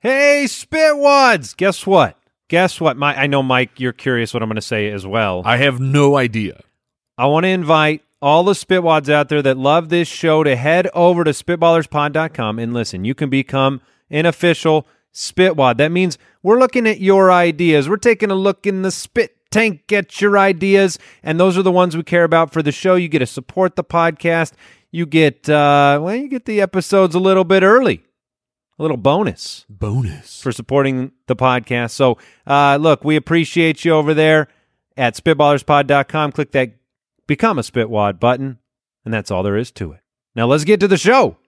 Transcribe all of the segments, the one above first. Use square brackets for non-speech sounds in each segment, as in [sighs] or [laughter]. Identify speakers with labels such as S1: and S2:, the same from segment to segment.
S1: Hey, Spitwads! Guess what? Guess what? My, I know, Mike, you're curious what I'm going to say as well.
S2: I have no idea.
S1: I want to invite all the Spitwads out there that love this show to head over to SpitballersPod.com and listen. You can become an official Spitwad. That means we're looking at your ideas. We're taking a look in the spit tank at your ideas, and those are the ones we care about for the show. You get to support the podcast. You get uh, well, you get the episodes a little bit early, a little bonus
S2: Bonus.
S1: for supporting the podcast. So, uh, look, we appreciate you over there at spitballerspod.com. Click that Become a Spitwad button, and that's all there is to it. Now, let's get to the show.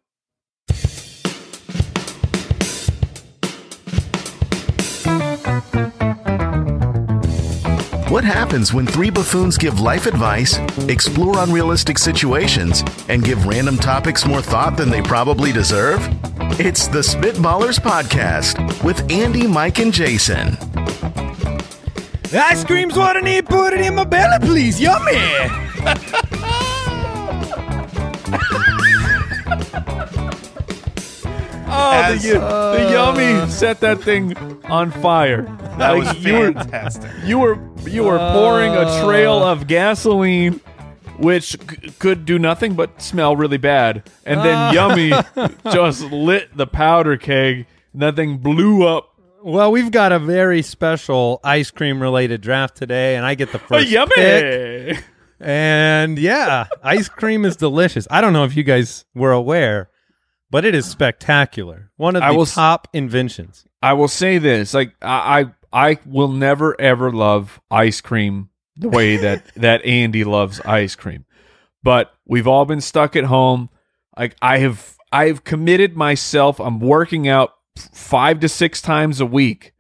S3: What happens when three buffoons give life advice, explore unrealistic situations, and give random topics more thought than they probably deserve? It's the Spitballers Podcast with Andy, Mike, and Jason.
S2: Ice cream's what I need. Put it in my belly, please. Yummy. [laughs] Oh, the, yu- the yummy set that thing on fire.
S4: uh, That
S2: Like,
S4: was
S2: you were-
S4: fantastic.
S2: You were you were pouring a trail of gasoline, which c- could do nothing but smell really bad. And then
S4: Ah. [laughs]
S2: Yummy just lit the powder keg. And that thing blew up.
S5: Well, we've got a very special ice cream related draft today, and
S1: [laughs]
S5: I get the
S2: Oh,
S5: first
S2: yummy!
S5: pick. And yeah, ice cream is delicious. I don't know if you guys were aware, but it is spectacular. One of
S2: I
S5: the
S2: will s-
S5: top inventions.
S2: I will say this: like I, I, I will never ever love ice cream the way that that Andy loves ice cream. But we've all been stuck at home. Like I have, I have committed myself. I'm working out f- five to six times a week.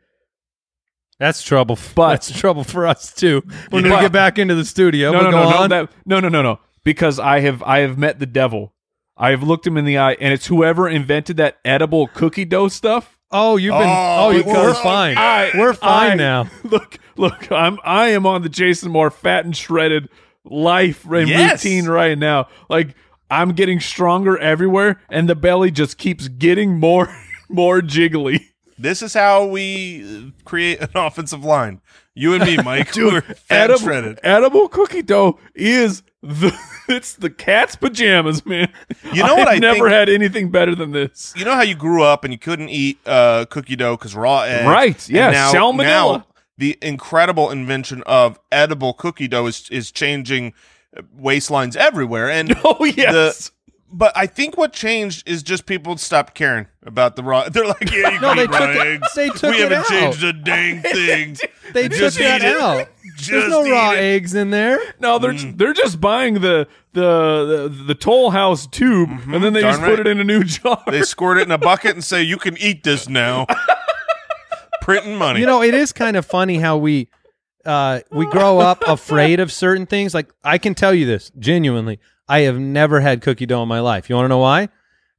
S5: That's trouble. f- [laughs]
S2: But-
S5: that's trouble for us too. When
S2: But-
S5: we get back into the studio,
S2: no,
S5: but
S2: no,
S5: go
S2: no, no,
S5: on.
S2: that, no, no, no, no. Because I have, I have met the devil. I have looked him in the eye, and it's whoever invented that edible cookie dough stuff.
S5: oh, you've been.
S4: Oh,
S5: Oh, you
S4: because
S5: we're fine.
S2: I-
S5: we're fine
S2: I-
S5: now.
S2: [laughs] Look, look, I'm I am on the Jason Moore fat and shredded life and
S4: Yes.
S2: routine right now. Like I'm getting stronger everywhere, and the belly just keeps getting more [laughs] more jiggly.
S4: This is how we uh, create an [laughs] offensive line. You
S5: [laughs]
S4: and me, Mike, we're fat and
S2: [laughs] edible,
S4: shredded.
S2: edible cookie dough is the [laughs] it's the cat's pajamas, man.
S4: You know what
S2: I've
S4: I
S2: never
S4: think-
S2: had anything better than this.
S4: You know how you grew up and you couldn't eat uh, cookie dough because raw eggs,
S2: Right,
S4: And
S2: yeah,
S4: now,
S2: salmonella.
S4: now the incredible invention of edible cookie dough is is changing uh, waistlines everywhere.
S5: [laughs]
S4: And
S2: Oh yes.
S4: but I think what changed is just people stopped caring about the raw. [laughs] They're like, yeah, you can
S5: they
S4: eat raw
S5: took it-
S4: eggs.
S5: they took
S4: we
S5: it
S4: haven't
S5: out."
S4: changed
S5: [laughs]
S4: a dang thing.
S5: They took
S4: Just
S5: that
S4: eat it. [laughs]
S5: out.
S4: Just
S5: There's no
S4: eat
S5: raw
S4: it.
S5: eggs in there.
S2: no,
S4: Mm.
S2: they're they're just buying the the the, the toll house tube, and then they
S4: Mm-hmm. darn
S2: just
S4: right.
S2: put it in a new [laughs] jar.
S4: They squirt it in a bucket and say, "You can eat
S5: [laughs]
S4: this now." Printing money.
S5: You know, it is kind of funny how we uh, we grow up
S4: [laughs]
S5: afraid of certain things. Like I can tell you this genuinely, I have never had cookie dough in my life. You want to know why?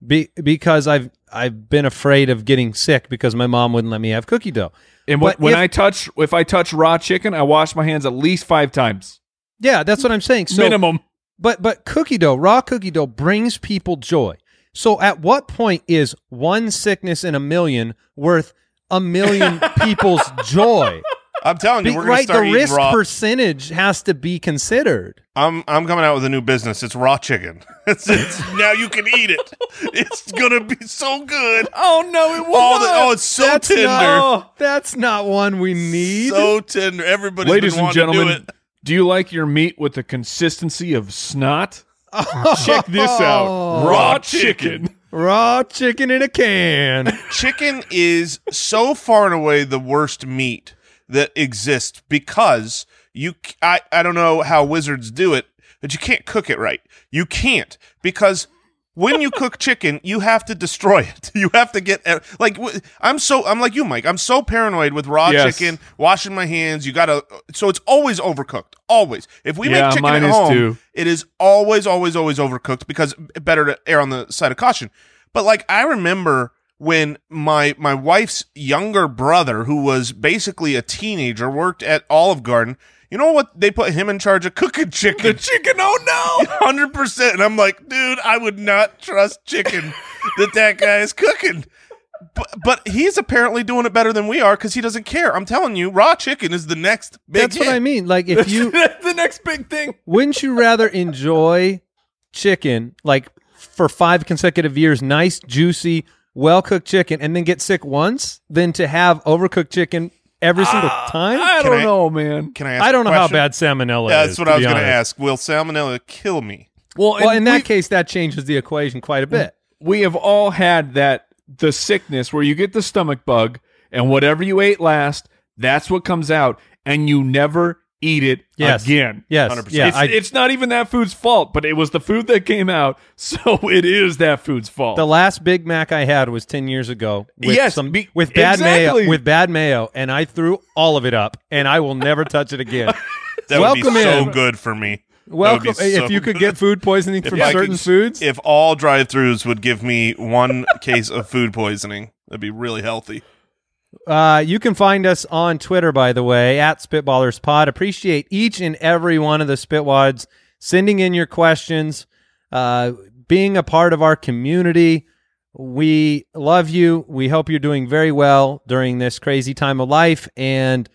S5: Be- because I've I've been afraid of getting sick because my mom wouldn't let me have cookie dough.
S2: And when,
S5: But
S2: when
S5: if-
S2: I touch, if I touch raw chicken, I wash my hands at least five times
S5: Yeah, that's what I'm saying. So,
S2: minimum.
S5: but but cookie dough, raw cookie dough, brings people joy. So, at what point is one sickness in a million worth a
S4: [laughs]
S5: million people's joy?
S4: I'm telling you,
S5: Be-
S4: we're gonna
S5: right, the
S4: start eating
S5: risk
S4: raw.
S5: percentage has to be considered.
S4: I'm I'm coming out with a new business. It's raw chicken. [laughs] It's, it's now you can eat it. It's gonna be so good.
S2: Oh no, it
S4: All the, oh, it's so
S5: that's
S4: tender,
S5: Not, that's not one we need.
S4: so tender. Everybody's
S2: [laughs] Ladies
S4: been
S2: and
S4: wanting to
S2: gentlemen,
S4: do
S2: do, you like your meat with the consistency of snot? [laughs] Check this out, raw chicken.
S5: [laughs] Raw chicken in a
S4: [laughs]
S5: can.
S4: it. Chicken is so far and away the worst meat that exists because you. c- I I don't know how wizards do it, but you can't cook it right. You can't because. When you cook chicken, you have to destroy it. [laughs] You have to get ev- like w- I'm so I'm like you, Mike. I'm so paranoid with raw
S2: Yes.
S4: chicken, washing my hands. You gotta so it's always overcooked. Always. If we
S2: Yeah,
S4: make chicken
S2: mine
S4: at
S2: is
S4: home,
S2: too.
S4: it is always, always, always overcooked because better to err on the side of caution. But like I remember when my my wife's younger brother, who was basically a teenager, worked at Olive Garden. You know what? They put him in charge of cooking
S2: The
S4: chicken. [laughs]
S2: chicken. Oh no.
S4: Hundred percent, and I'm like, dude, I would not trust chicken that that guy is cooking. But, but he's apparently doing it better than we are because he doesn't care. I'm telling you, raw chicken is the next big
S5: That's what
S4: hit.
S5: I mean. Like
S4: [laughs]
S5: if
S2: [laughs]
S5: you
S2: the next big thing.
S5: wouldn't you rather enjoy chicken like for five consecutive years, nice, juicy, well cooked chicken, and then get sick once than to have overcooked chicken every single time?
S2: Ah, I
S4: Can
S2: don't
S4: I-
S2: know, man.
S4: Can I ask
S5: I don't know
S4: a
S5: how
S4: question?
S5: bad salmonella
S4: Yeah,
S5: is.
S4: that's what
S5: to
S4: I was
S5: be
S4: going to
S5: honest.
S4: ask. Will salmonella kill me?
S5: Well, in
S2: we-
S5: that case, that changes the equation quite a bit.
S2: we have all had that the sickness where you get the stomach bug and whatever you ate last, that's what comes out, and you never eat it
S5: Yes.
S2: again.
S5: Yes.
S4: 100%.
S5: Yeah.
S2: it's,
S5: I-
S2: it's not even that food's fault, but it was the food that came out, [laughs] so it is that food's fault.
S5: the last Big Mac I had was ten years ago. With
S2: Yes,
S5: some,
S2: be-
S5: with bad
S2: exactly.
S5: mayo, with bad mayo, and I threw all of it up, and I will never touch it
S2: [laughs]
S5: again.
S4: That would
S5: Welcome
S4: be so
S5: in.
S4: good for me. That would
S5: Welcome.
S4: be so
S5: If you could
S4: good.
S5: get food poisoning from
S4: I
S5: certain
S4: could-
S5: foods,
S4: If all drive-throughs would give me one case of food poisoning, that'd be really healthy.
S5: Uh, you can find us on Twitter, by the way, at Spitballers Pod. Appreciate each and every one of the Spitwads sending in your questions, uh, being a part of our community. We love you. We hope you're doing very well during this crazy time of life. And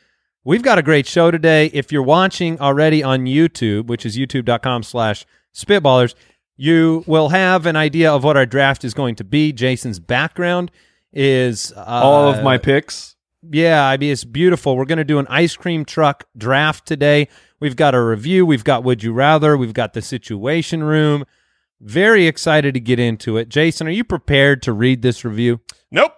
S5: we've got a great show today. If you're watching already on YouTube, which is youtube.com slash spitballers, you will have an idea of what our draft is going to be. Jason's background is uh,
S2: all of my picks.
S5: yeah, I mean, it's beautiful. We're going to do an ice cream truck draft today. We've got a review. We've got Would You Rather. We've got the Situation Room. Very excited to get into it. Jason, are you prepared to read this review?
S4: Nope.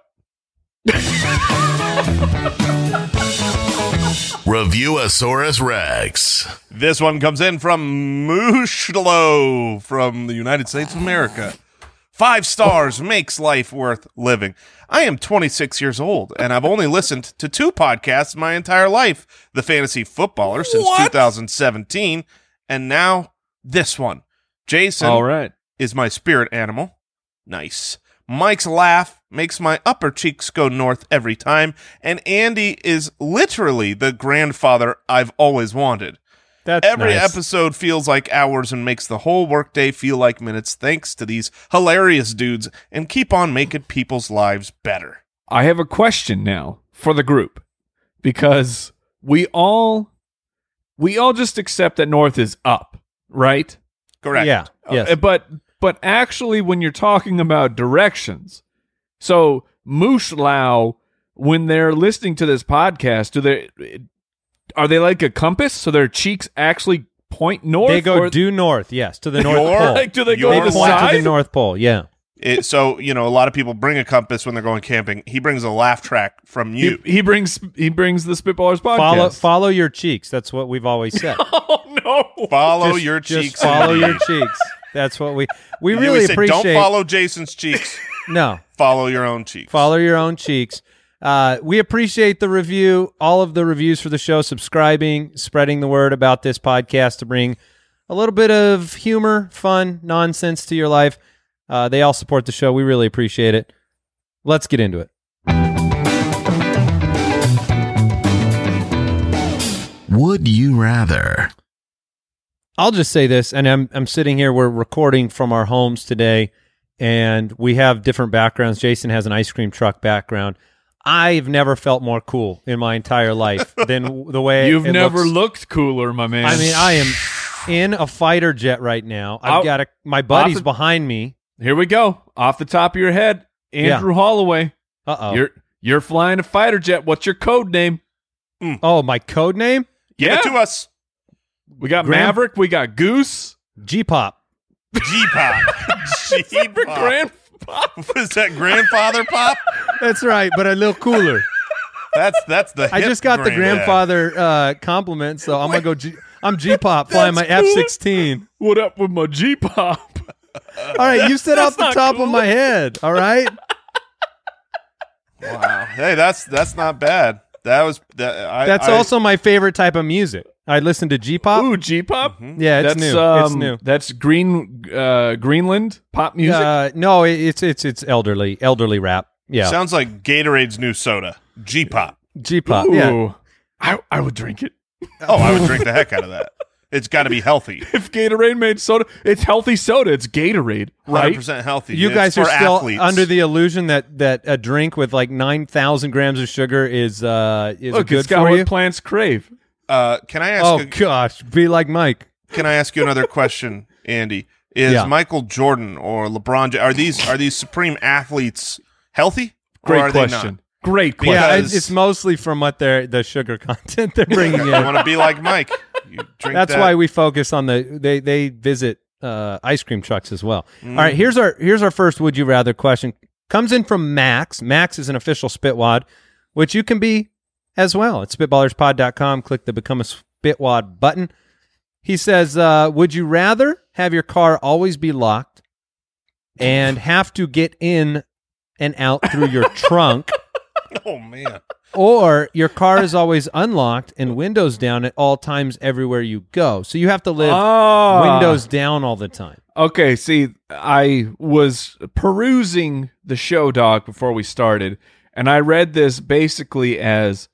S3: Review Asaurus Rex.
S4: This one comes in from Mushlo from the United States of America. Five stars makes life worth living. I am 26 years old and I've only listened to two podcasts my entire life the Fantasy Footballer since 2017, and now this one. Jason
S2: All right.
S4: is my spirit animal. Nice. Mike's laugh makes my upper cheeks go north every time, and Andy is literally the grandfather I've always wanted.
S5: That's
S4: Every
S5: nice.
S4: episode feels like hours and makes the whole workday feel like minutes thanks to these hilarious dudes and keep on making people's lives better.
S2: I have a question now for the group because we all we all just accept that North is up, right?
S4: Correct.
S5: Yeah. Yes.
S2: Uh, but but actually, when you're talking about directions, so Moosh Lao, when they're listening to this podcast, do they are they like a compass? So their cheeks actually point north.
S5: they go
S2: or-
S5: due north. Yes, to the North
S4: Your-
S5: Pole.
S2: like, do they
S5: they
S2: go to
S5: point
S2: the
S4: your
S5: to
S2: side?
S5: the North Pole. Yeah.
S4: It, so, you know, a lot of people bring a compass when they're going camping. He brings a laugh track from
S2: he,
S4: you.
S2: he brings he brings the Spitballers podcast.
S5: Follow follow your cheeks. That's what we've always said.
S2: [laughs] oh no!
S4: follow
S5: Just-
S4: your
S5: just
S4: cheeks.
S5: Follow
S4: indeed.
S5: your cheeks. That's what we we
S4: You
S5: really
S4: always say,
S5: appreciate.
S4: Don't follow
S5: [laughs]
S4: Jason's cheeks.
S5: No,
S4: follow your own cheeks.
S5: Follow your own cheeks. Uh, we appreciate the review, all of the reviews for the show, subscribing, spreading the word about this podcast to bring a little bit of humor, fun, nonsense to your life. Uh, they all support the show. We really appreciate it. Let's get into it.
S3: Would you rather?
S5: I'll just say this, and I'm I'm sitting here. We're recording from our homes today, and we have different backgrounds. Jason has an ice cream truck background. I've never felt more cool in my entire
S2: [laughs]
S5: life than the way
S2: You've
S5: it
S2: never
S5: looks
S2: looked cooler, my man.
S5: I mean, I am in a fighter jet right now. I've
S2: Out-
S5: got a, my buddies
S2: Off-
S5: behind me.
S2: here we go off the top of your head, Andrew Holloway.
S5: Uh oh.
S2: You're you're flying a fighter jet. What's your code name?
S5: Oh, my code name
S4: Give it to us.
S2: We got
S5: Grand-
S2: Maverick. We got Goose.
S5: G Pop.
S4: G
S2: [laughs]
S4: pop. G [laughs] pop.
S2: Grand
S4: Was that grandfather pop?
S5: That's right, but a little cooler.
S4: That's that's the.
S5: I
S4: hip
S5: just got the
S4: granddad.
S5: grandfather uh, compliment, so I'm gonna go. G- I'm G [laughs] Pop flying my
S2: That's
S5: F
S2: cool.
S5: sixteen.
S2: What up with my G pop?
S5: All right, you said off the
S2: not
S5: top
S2: cool.
S5: of my head. All
S2: [laughs]
S5: right,
S4: Wow. Hey, that's that's not bad. That was that. I,
S5: that's
S4: I-
S5: also my favorite type of music. I listen to G Pop.
S2: Ooh, G pop.
S5: Yeah, it's
S2: that's
S5: Mm-hmm. new.
S2: Um,
S5: it's new.
S2: That's Green uh, Greenland pop music.
S5: Uh, no, it, it's it's it's elderly elderly rap. Yeah,
S4: sounds like Gatorade's new soda. G pop.
S5: G Pop.
S2: Ooh,
S5: Uh, Yeah,
S2: I I would drink it.
S4: Oh, I would drink the heck out of that. It's got to be healthy,
S5: [laughs]
S2: If Gatorade made soda, it's healthy soda. It's Gatorade,
S4: hundred
S2: right?
S4: percent healthy.
S5: You
S4: It's
S5: guys
S4: for
S5: are still
S4: athletes.
S5: under the illusion that that a drink with like nine thousand grams of sugar is uh is
S2: Look,
S5: good
S2: it's got
S5: for
S2: what
S5: you.
S2: plants crave.
S4: Uh, can I ask?
S5: Oh
S4: a-
S5: gosh, be like Mike.
S4: can I ask you another question, Andy? Is
S5: Yeah.
S4: Michael Jordan or LeBron? J- Are these are these supreme athletes healthy? or
S2: Great
S4: are they not?
S2: question. Great question.
S5: Yeah,
S4: Because-
S5: it's, it's mostly from what they're the sugar [laughs] content they're bringing
S4: You
S5: in.
S4: want to be like Mike? You drink
S5: That's
S4: that.
S5: why we focus on the they they visit uh, ice cream trucks as well. All right, here's our here's our first would you rather question. Comes in from Max. Max is an official spitwad, which you can be as well at spitballerspod.com. Click the become a spitwad button. He says, uh, "Would you rather have your car always be locked and have to get in and out through your trunk?"
S4: Oh man.
S5: Or your car is always unlocked and windows down at all times everywhere you go. So you have to live
S2: Ah.
S5: windows down all the time.
S2: Okay, see, I was perusing the show doc before we started, and I read this basically as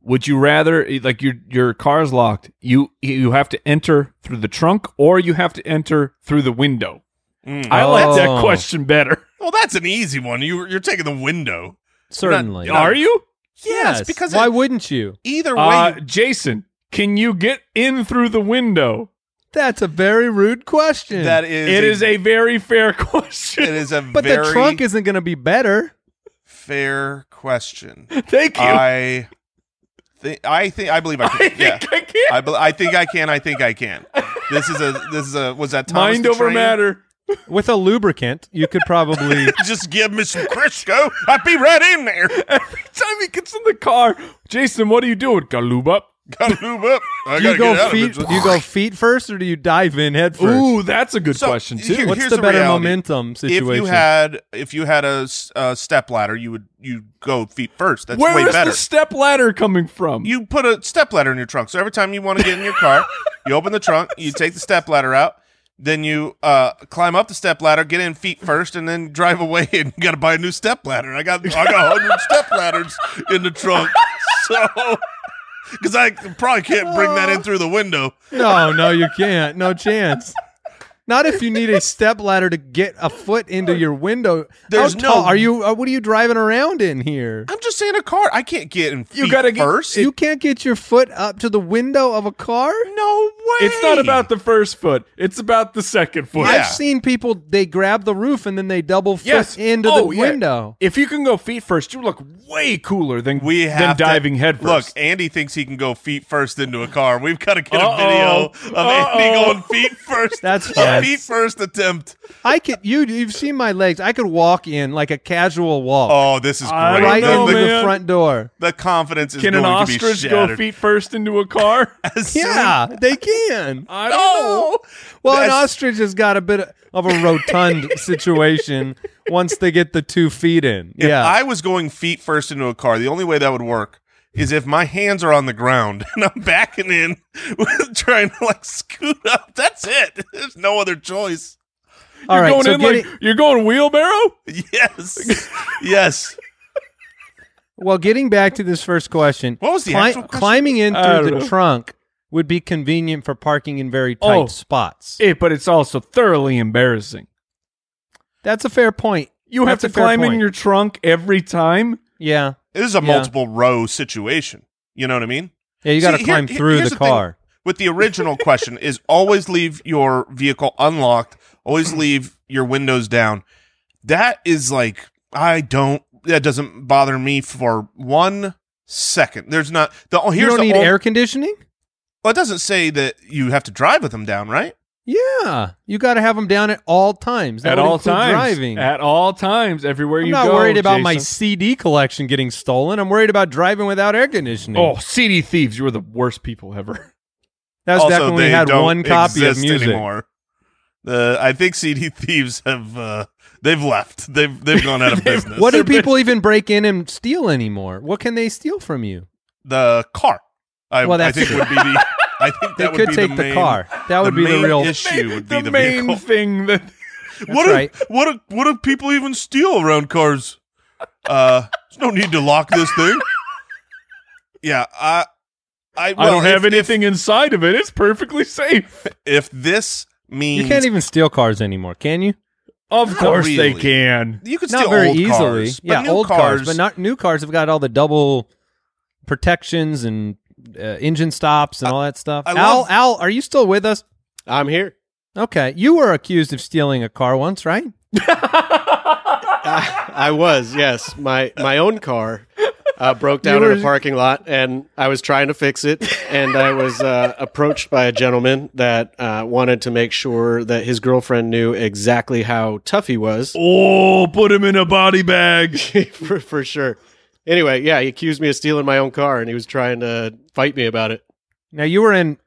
S2: would you rather like your your car's locked, you you have to enter through the trunk or you have to enter through the window?
S4: Mm.
S2: I like
S5: Oh.
S2: that question better.
S4: Well, that's an easy one. You you're taking the window.
S5: Certainly.
S4: you're not-
S2: Are you?
S4: Yes, because
S5: why
S4: it-
S5: wouldn't you?
S4: Either way,
S2: Uh, Jason, can you get in through the window?
S5: That's a very rude question.
S4: that is
S2: It is
S4: a,
S2: a very fair [laughs]
S4: it
S2: question.
S4: is a
S5: but
S4: very
S5: the trunk isn't going to be better.
S4: fair question.
S2: Thank you.
S4: I think I think I believe I can.
S2: [laughs] I think
S4: yeah.
S2: I can.
S4: I, bel I think I can. I think I can. This is a this is a was that Thomas
S2: Mind
S4: the
S2: over
S4: Train?
S2: matter.
S5: With a lubricant, you could probably
S4: [laughs] Just give me some Crisco. I'd be right in there. [laughs]
S2: Every time he gets in the car, Jason, what are you doing? Gotta lube up.
S4: Gotta move up. I
S5: you
S4: gotta get
S5: go
S4: out
S5: feet
S4: Of it.
S5: you go feet first or do you dive in head first?
S2: Ooh, that's a good
S4: So,
S2: question too.
S4: here-
S5: What's
S4: here's
S5: the,
S4: the
S5: better
S4: reality.
S5: momentum
S4: If
S5: situation?
S4: you had if you had a, step ladder, you would you go feet first. That's
S2: Where
S4: way
S2: is
S4: better.
S2: the step ladder coming from?
S4: you put a step ladder in your trunk, so every time you want to get in your car, you open the trunk,
S2: [laughs]
S4: you take the step ladder out, then you uh, climb up the step ladder, get in feet first, and then drive away. And you got to buy a new step ladder. I got I got hundred step ladders in
S2: [laughs]
S4: the trunk, so because I probably can't bring that in through the window.
S5: No, no, you can't. No chance. Not if you need a step ladder to get a foot into your window.
S4: There's
S5: How tall
S4: no-
S5: Are you? uh, What are you driving around in here?
S4: I'm just saying, a car. I can't get in feet
S2: You gotta get-
S4: first.
S5: you can't get your foot up to the window of a car.
S4: no way.
S2: it's not about the first foot; it's about the second foot.
S4: Yeah.
S5: I've seen people. They grab the roof and then they double foot
S2: Yes.
S5: into
S2: Oh,
S5: the
S2: yeah.
S5: window.
S2: If you can go feet first, you look way cooler than
S4: We have
S2: than
S4: to-
S2: diving head
S4: Look,
S2: first.
S4: Andy thinks he can go feet first into a car. We've got to get
S2: Uh-oh.
S4: a video of Andy
S2: Uh-oh.
S4: going feet first.
S5: That's
S4: a
S5: fun.
S4: feet first attempt.
S5: I could. You. You've seen my legs. I could walk in like a casual walk
S4: Oh, this is great.
S2: I don't
S5: right
S2: know,
S5: into the
S2: man.
S5: front door.
S4: The confidence is
S2: Can an
S4: going to be
S2: ostrich go
S4: shattered.
S2: feet first into a car?
S4: [laughs] As soon-
S5: Yeah, they can.
S2: [laughs] I don't know.
S5: Well, an
S4: That's-
S5: ostrich has got a bit of a rotund
S2: [laughs]
S5: situation once they get the two feet in.
S4: If
S5: yeah,
S4: I was going feet first into a car, the only way that would work is if my hands are on the ground [laughs] and I'm backing in with trying to like scoot up. That's it. There's no other choice. [laughs]
S5: All
S2: You're
S5: right,
S2: going
S5: so
S2: in
S5: getting,
S2: like you're going wheelbarrow.
S4: Yes. yes.
S5: well, getting back to this first question,
S4: What was the
S5: cli-
S4: actual question?
S5: climbing in
S2: I
S5: through
S2: don't
S5: the
S2: know.
S5: trunk would be convenient for parking in very tight
S2: Oh.
S5: spots.
S2: It, but it's also thoroughly embarrassing.
S5: That's a fair point.
S2: You have
S5: That's a
S2: to
S5: fair
S2: climb in
S5: point.
S2: your trunk every time.
S5: yeah,
S4: This is a
S5: Yeah.
S4: multiple row situation. You know what I mean?
S5: yeah. You got to
S4: See, here-
S5: climb
S4: here-
S5: through
S4: here's
S5: the
S4: the thing.
S5: car.
S4: with the original question is always leave your vehicle unlocked, always leave your windows down. That is like I don't that doesn't bother me for one second. There's not the oh,
S5: You
S4: here's
S5: don't
S4: the
S5: need
S4: only-
S5: air conditioning.
S4: Well, it doesn't say that you have to drive with them down, right?
S5: Yeah, you got to have them down at all times. That
S2: at
S5: would
S2: all
S5: include
S2: times.
S5: Driving.
S2: At all times, everywhere
S5: I'm
S2: you
S5: not
S2: go.
S5: worried about my
S2: Jason.
S5: CD collection getting stolen. I'm worried about driving without air conditioning.
S2: Oh, CD thieves! You were the worst people ever. [laughs]
S5: That was back
S4: Also,
S5: when we
S4: they
S5: had
S4: don't
S5: one copy of
S4: exist
S5: music.
S4: anymore. The I think CD thieves have uh, they've left. They've they've
S5: [laughs]
S4: gone out of business.
S5: What do people even break in and steal anymore? What can they steal from you?
S4: the car? I,
S5: Well,
S4: I
S5: that's
S4: think
S5: true.
S4: would be the I think
S5: They
S4: that
S5: could
S4: would be
S5: take
S4: the,
S5: the,
S4: main-
S5: car. That would be
S4: main
S5: the real.
S4: issue would be the,
S2: main
S4: vehicle.
S2: [laughs] thing that
S4: what do-
S5: right.
S4: what do- what do people even steal around cars? Uh, there's no need to lock this thing. Yeah, I
S2: I
S4: I, well,
S2: don't
S4: if-
S2: have
S4: if-
S2: anything inside of it. It's perfectly safe.
S4: If, this means
S5: You can't even steal cars anymore, can you?
S2: Of
S4: Not
S2: course they
S4: really.
S2: can.
S4: you can
S5: Not
S4: steal
S5: very
S4: old
S5: easily.
S4: cars, but
S5: yeah,
S4: new
S5: old
S4: cars,
S5: but not new cars have got all the double protections and uh, engine stops and all that stuff.
S4: I
S5: Al,
S4: love-
S5: Al, are you still with us?
S6: I'm here.
S5: Okay, you were accused of stealing a car once, right?
S6: I, I was, yes. My my own car uh, broke down
S5: You
S6: in
S5: were-
S6: a parking lot, and I was trying to fix it. And I was uh, [laughs] approached by a gentleman that uh, wanted to make sure that his girlfriend knew exactly how tough he was, [laughs]
S2: Oh, put him in a body bag.
S6: for, for sure. Anyway, yeah, he accused me of stealing my own car, and he was trying to fight me about it.
S5: Now you were in,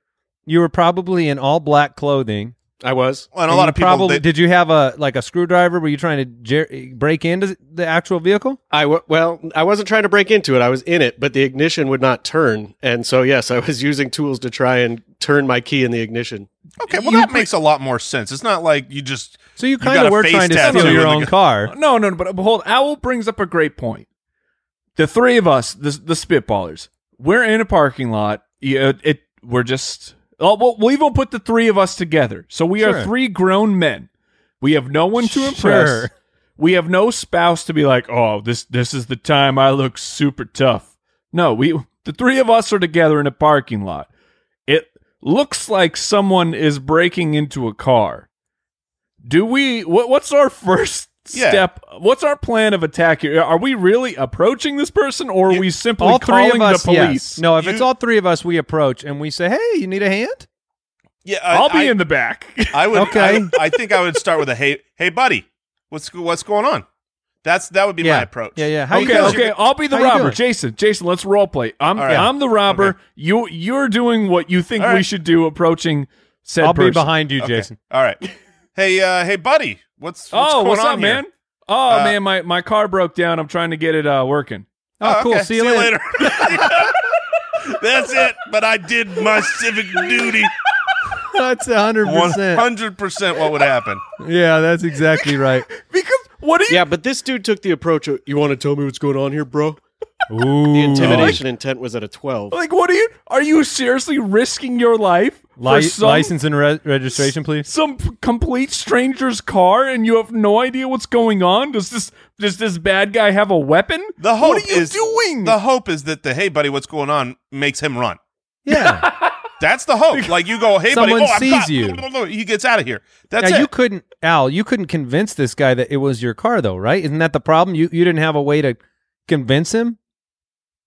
S5: you were probably in all black clothing.
S6: I was.
S4: and a lot
S5: you
S4: of people
S5: probably
S4: they-
S5: did. You have a like a screwdriver? Were you trying to jer- break into the actual vehicle?
S6: I w- well, I wasn't trying to break into it. I was in it, but the ignition would not turn, and so yes, I was [laughs] using tools to try and turn my key in the ignition.
S4: Okay, well that makes a lot more sense. It's not like you just
S5: So you
S4: You
S5: kind
S4: got
S5: of
S4: a
S5: were
S4: face
S5: trying to
S4: tattoo
S5: steal your
S4: with a
S5: own
S4: gu-
S5: car.
S2: No, no, no, but but hold. Owl brings up a great point. The three of us, the the spitballers, we're in a parking lot. Yeah, it, it- we're just. Oh, well, we'll even put the three of us together. So we
S5: Sure.
S2: are three grown men. We have no one to impress.
S5: Sure.
S2: We have no spouse to be like, oh, this this is the time I look super tough. No, we the three of us are together in a parking lot. It looks like someone is breaking into a car. Do we? What, what's our first
S4: Yeah.
S2: step? What's our plan of attack here? Are we really approaching this person, or are we simply
S5: All
S2: calling
S5: three of us.
S2: the police?
S5: Yes. No, if
S4: You-
S5: it's all three of us, we approach and we say, "Hey, you need a hand?"
S4: yeah. I,
S2: I'll be
S4: I-
S2: in the back.
S4: I would.
S5: Okay.
S4: I, I think I would start with a hey, hey, buddy, what's what's going on? That's that would be
S5: yeah.
S4: my approach.
S5: Yeah, yeah. How you
S2: okay,
S5: doing?
S2: okay. I'll be the
S5: How you
S2: robber,
S5: doing?
S2: Jason. Jason, let's role play. I'm
S4: All right.
S2: I'm the robber.
S4: Okay.
S2: You you're doing what you think
S4: All
S2: we
S4: right.
S2: should do approaching said
S5: I'll
S2: person.
S5: be behind you, Jason.
S4: All right. Hey, uh, hey, buddy, what's what's
S2: oh,
S4: going
S2: what's
S4: on
S2: up,
S4: here?
S2: man? Oh
S4: Uh,
S2: man, my my car broke down. I'm trying to get it uh, working.
S5: Oh, cool.
S4: okay.
S5: See you later.
S4: [laughs] That's it. But I did my civic duty.
S5: [laughs] That's hundred
S4: One
S5: percent.
S4: hundred percent. What would happen?
S5: Yeah, that's exactly right.
S2: Because what do you?
S6: Yeah, but this dude took the approach of, you want to tell me what's going on here, bro?
S5: Ooh.
S6: The intimidation intent was at a 12.
S2: Like, what are you? Are you seriously risking your life for
S5: Li-
S2: some,
S5: license and re- registration, please.
S2: some p- complete stranger's car, and you have no idea what's going on? Does this does this bad guy have a weapon?
S4: The hope
S2: what are you
S4: is
S2: doing?
S4: The hope is that the hey, buddy, what's going on makes him run.
S5: [laughs] Yeah.
S4: That's the hope. Like you go, hey,
S5: Someone
S4: buddy, oh, I'm
S5: sees
S4: caught."
S5: you.
S4: [laughs] He gets out of here. That's
S5: now
S4: it.
S5: you couldn't, Al. You couldn't convince this guy that it was your car, though, right? Isn't that the problem? You you didn't have a way to convince him.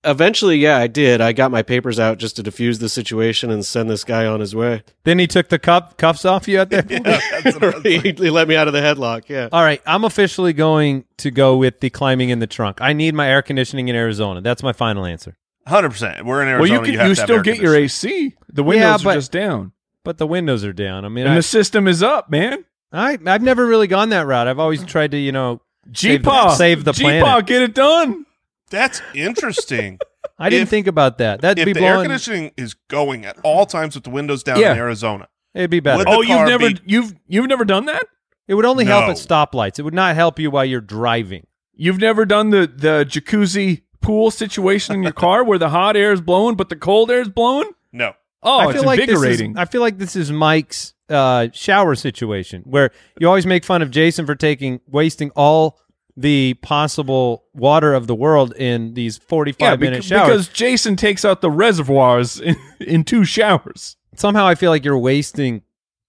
S6: Eventually, yeah, I did. I got my papers out just to defuse the situation and send this guy on his [laughs] way.
S5: Then he took the cup cuffs off you at that point.
S4: Yeah, that's what I was
S6: [laughs] he,
S4: like.
S6: he let me out of the headlock, yeah.
S5: All right, I'm officially going to go with the climbing in the trunk. I need my air conditioning in Arizona. That's my final answer.
S4: Hundred percent. We're in
S2: well,
S4: Arizona.
S2: you can
S4: have
S2: you
S4: to have
S2: still
S4: air
S2: get your
S4: conditioning.
S2: AC. The windows
S5: but-
S2: are just down,
S5: But the windows are down. I mean,
S2: and
S5: I,
S2: the system is up, man.
S5: I I've never really gone that route. I've always tried to, you know,
S2: G
S5: Save the-
S2: Paw,
S5: save the
S2: G-Paw,
S5: planet.
S2: get it done.
S4: That's interesting.
S5: I didn't
S4: If-
S5: think about that. That'd
S4: if
S5: be
S4: the air
S5: blowing.
S4: conditioning is going at all times with the windows down
S2: Yeah.
S4: in Arizona,
S5: It'd be better.
S4: Would the
S2: oh, you've
S4: car
S2: never
S4: be-
S2: you've you've never done that.
S5: It would only help
S4: No.
S5: at stoplights. It would not help you while you're driving.
S2: You've never done the the jacuzzi pool situation in your car where the hot air is blowing but the cold air is blowing.
S4: no.
S2: Oh,
S5: I feel
S2: it's
S5: like
S2: invigorating.
S5: This is, I feel like this is Mike's uh, shower situation where you always make fun of Jason for taking wasting all the possible water of the world in these 45
S2: yeah,
S5: minute
S2: bec-
S5: showers.
S2: because Jason takes out the reservoirs [laughs] in, in two showers.
S5: somehow I feel like you're wasting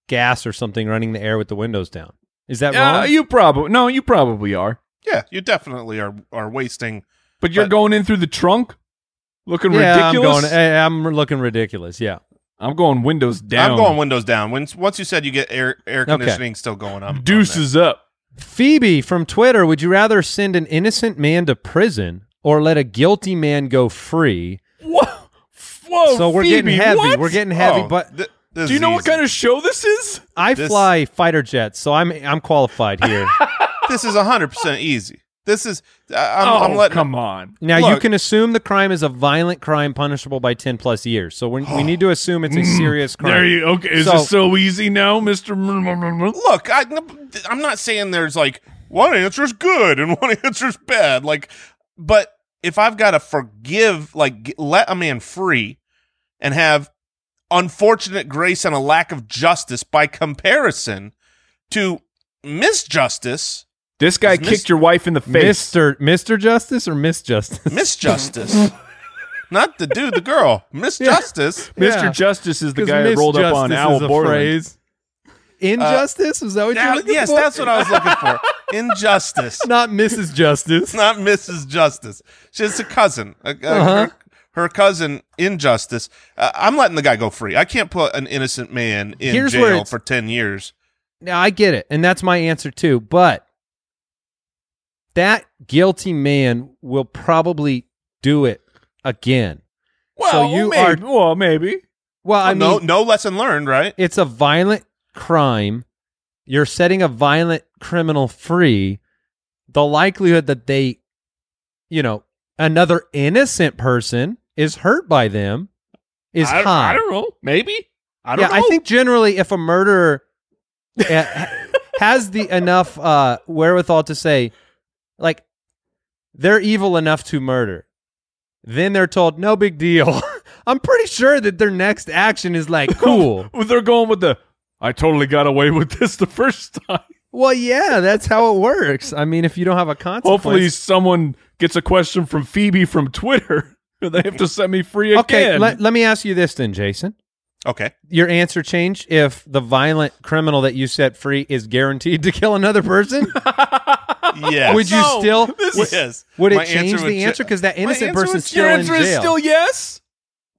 S5: gas or something running the air with the windows down. Is that
S2: Yeah,
S5: wrong?
S2: you probably no, you probably are,
S4: Yeah, you definitely are are wasting.
S2: but you're
S4: But-
S2: going in through the trunk, looking
S5: yeah,
S2: ridiculous.
S5: I'm going. I, am looking ridiculous. Yeah.
S2: I'm going windows down.
S4: I'm going windows down. When once you said you get air air conditioning still going on,
S2: deuces up.
S5: Phoebe from Twitter, would you rather send an innocent man to prison or let a guilty man go free?
S2: Whoa, whoa!
S5: so we're
S2: Oh, Phoebe,
S5: getting heavy.
S2: what?
S5: We're getting
S4: Oh,
S5: heavy, but
S2: Do you know what kind of show this is?
S5: I
S4: this-
S5: fly fighter jets, so I'm I'm qualified
S2: [laughs]
S5: here.
S4: This is hundred percent easy. This is. I- I'm,
S2: oh,
S4: I'm letting.
S2: come on.
S5: now you
S4: Look.
S5: can assume the crime is a violent crime punishable by 10 plus years. So we we need to assume
S2: [gasps]
S5: it's a serious crime.
S2: Mm. There you okay. Is
S5: So-
S2: this so easy now, Mister? Well,
S4: Look, I, I'm not saying there's like one answer's good and [laughs] one answer's bad. Like, but if I've got to forgive, like, g- let a man free, and have unfortunate grace and a lack of justice by comparison to misjustice,
S2: This guy
S4: Is
S2: kicked
S4: Mis-
S2: your wife in the face.
S5: Mister Mister Justice or Miss Justice?
S2: [laughs]
S4: misjustice. Not the dude, the girl, misjustice.
S2: Mr.
S5: Yeah.
S2: Justice is [laughs] the
S5: 'Cause
S2: guy that
S5: Miss
S2: rolled up on
S5: Justice
S2: Al
S5: is a
S2: Borland. Uh,
S5: phrase. Injustice? was that what
S4: Now,
S5: you're looking
S4: yes,
S5: for?
S4: that's what I was looking for.
S5: [laughs]
S4: Injustice.
S5: Not Mrs. Justice.
S4: It's not Mrs. Justice. She's a cousin. A- a-
S5: Uh-huh.
S4: her, her cousin, Injustice. Uh, I'm letting the guy go free. I can't put an innocent man in
S5: Here's where
S4: jail
S5: it's-
S4: for 10 years.
S5: Now I get it, and that's my answer too. But that guilty man will probably do it again. so you are
S2: maybe, well, maybe.
S5: well.
S2: Oh,
S5: I mean,
S4: no, no lesson learned, right?
S5: it's a violent crime. You're setting a violent criminal free. The likelihood that they, you know, another innocent person is hurt by them is
S2: I,
S5: high.
S2: I don't know. Maybe. I don't
S5: yeah,
S2: know.
S5: I think generally, if a murderer uh, ha-
S2: [laughs]
S5: has the enough uh, wherewithal to say, like, they're evil enough to murder, then they're told, no big deal. [laughs] I'm pretty sure that their next action is
S2: [laughs]
S5: like, cool.
S2: Well, they're going with the. I totally got away with this the first [laughs] time.
S5: well, yeah, that's how it works. I mean, if you don't have a consequence,
S2: Hopefully, someone gets a question from Phoebe from Twitter. [laughs] They have to set me free
S5: Okay,
S2: again.
S5: let, let me ask you this then, Jason.
S4: Okay.
S5: Your answer change if the violent criminal that you set free is guaranteed to kill another
S2: [laughs]
S5: person? [laughs]
S4: Yes.
S5: Would you
S2: No,
S5: still?
S2: this
S5: would-
S2: is-
S4: yes.
S5: Would it
S4: My
S5: change
S4: would
S5: the
S4: cha-
S5: answer? Because that
S4: My
S5: innocent
S4: answer would
S5: person's
S4: cha-
S5: still in jail.
S2: yes.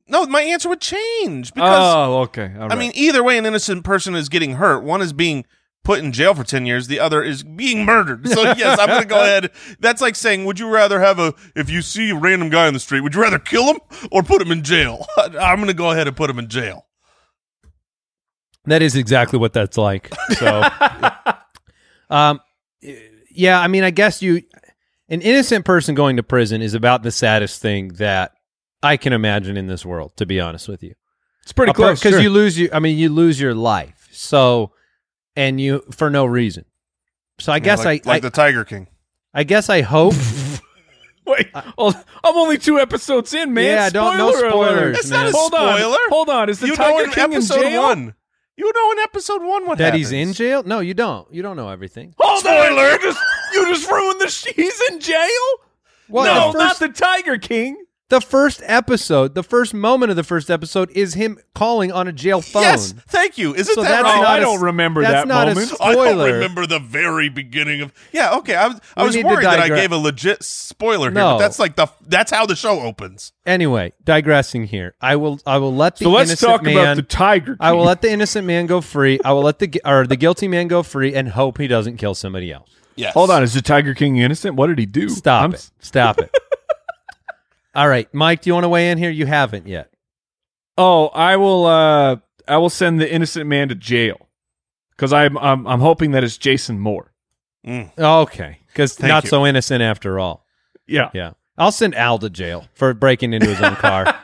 S4: No, my answer would change because
S2: oh, okay. All right.
S4: I mean, either way, an innocent person is getting hurt. One is being put in jail for 10 years, the other is being murdered.
S5: [laughs]
S4: So, yes, I'm going to go ahead. That's like saying, would you rather have a, if you see a random guy on the street, would you rather kill him or put him in jail? [laughs] I'm going to go ahead and put him in jail.
S5: That is exactly what that's like. So, um, yeah, I mean, I guess you, an innocent person going to prison is about the saddest thing that I can imagine in this world. To be honest with you,
S2: it's pretty
S5: [laughs]
S2: close.
S5: because
S2: sure.
S5: you lose you. I mean, you lose your life. So, and you for no reason. So I guess
S4: like,
S5: I,
S4: like
S5: I,
S4: the Tiger King.
S5: I guess I hope.
S2: [laughs] Wait, well, I'm only two episodes in, man.
S5: Yeah, don't- no
S2: Spoiler
S5: spoilers,
S2: alert.
S5: It's not
S4: man. a
S2: hold
S4: spoiler.
S2: On, hold on, is the
S4: you know
S2: Tiger
S4: in
S2: King in
S4: episode
S2: jail?
S4: one. You know in episode one what
S5: that
S4: happens.
S5: he's in jail? No, you don't. You don't know everything.
S2: Hold on, you just, you just ruined the. sh- He's in jail.
S5: Well,
S2: no,
S5: the
S2: not
S5: first,
S2: the Tiger King.
S5: the first episode, the first moment of the first episode is him calling on a jail phone.
S4: Yes, thank you. Isn't
S5: So that's
S2: Oh,
S4: that right?
S5: not
S2: I
S5: a-
S2: don't remember
S5: that's
S2: that
S5: not a
S2: moment.
S5: s-
S4: I don't
S5: spoiler.
S4: remember the very beginning of. Yeah, okay. I was I
S5: We
S4: was
S5: need to
S4: worried that I
S5: digress.
S4: gave a legit spoiler here, but
S5: No.
S4: that's like the that's how the show opens.
S5: anyway, digressing here. I will I will let the
S2: so let's
S5: innocent
S2: talk
S5: man
S2: about the Tiger King.
S5: I will let the innocent man go free. I will let the gu- or the guilty man go free and hope he doesn't kill somebody else.
S4: Yes.
S5: [laughs]
S2: Hold on, is the Tiger King innocent? What did he do?
S5: Stop
S2: I'm
S5: it.
S2: s- [laughs]
S5: Stop it. All right, Mike, do you want to weigh in here? You haven't yet.
S2: Oh, I will. uh I will send the innocent man to jail because I'm, I'm I'm hoping that it's Jason Moore.
S5: Okay, because
S4: Thank
S5: not
S4: you.
S5: so innocent after all.
S2: Yeah.
S5: Yeah, I'll send Al to jail for breaking into his own car.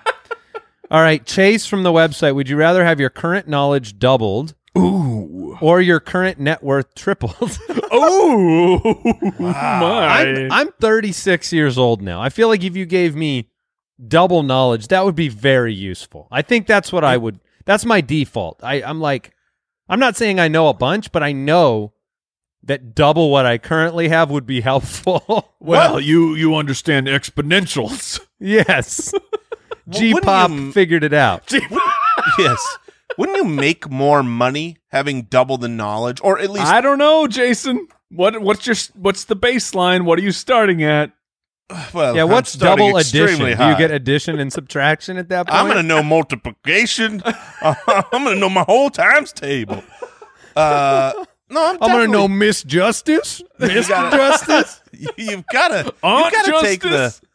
S5: All right, Chase from the website. Would you rather have your current knowledge doubled
S2: Ooh.
S5: or your current net worth tripled? [laughs]
S2: Ooh. [laughs]
S5: I'm, I'm 36 years old now. I feel like if you gave me double knowledge, that would be very useful. I think that's what I would. That's my default. I, I'm like, I'm not saying I know a bunch, but I know that double what I currently have would be [laughs] helpful.
S2: Well, you you understand exponentials.
S5: yes. G
S4: wouldn't
S5: Pop
S4: you-
S5: figured it out.
S4: yes. Wouldn't you make more money having double the knowledge, or at least
S2: I don't know, Jason. What what's your what's the baseline? What are you starting at?
S4: well,
S5: Yeah,
S4: Oh, I'm
S5: what's
S4: starting
S5: double addition?
S4: extremely
S5: Do you
S4: high.
S5: get addition and subtraction at that point? [laughs]
S4: I'm gonna know multiplication. [laughs] I'm gonna know my whole times table. Uh, no, I'm,
S5: I'm gonna
S4: definitely-
S5: know Miss Justice, Mister
S4: gotta- [laughs]
S5: Justice.
S4: you've got to you've
S2: Aunt
S4: got to take the
S2: Justice?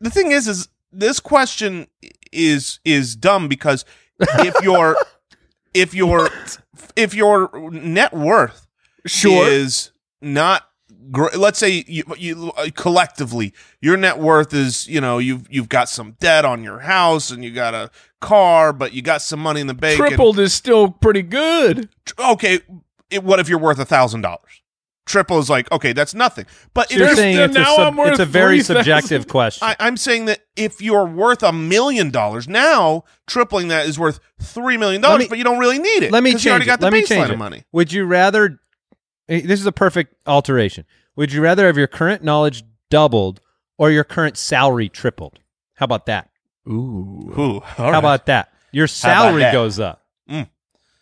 S4: the thing is is this question is is dumb because if your if your if your net worth is not gr- let's say you, you uh, collectively your net worth is you know you've you've got some debt on your house and you got a car but you got some money in the bank and-
S2: Tripled is still pretty good.
S4: okay it, what if you're worth a thousand dollars triple is like, okay, that's nothing. But
S5: You're
S4: if
S5: saying
S2: then
S5: it's a,
S2: now
S5: sub-
S2: I'm worth
S5: it's a very
S2: 3,000.
S5: subjective question.
S4: I, I'm saying that if you're worth a million dollars now, tripling that is worth three million
S5: Let
S4: dollars,
S5: me-
S4: but you don't really need it.
S5: Let me
S4: 'cause
S5: change.
S4: You already got
S5: it.
S4: the
S5: Let me
S4: baseline
S5: change
S4: of
S5: it.
S4: money.
S5: Would you rather? eh, This is a perfect alteration. Would you rather have your current knowledge doubled or your current salary tripled? How about that?
S2: Ooh.
S4: Ooh, all
S5: How
S4: right.
S5: about that? Your salary
S4: that?
S5: goes up.
S4: Mm.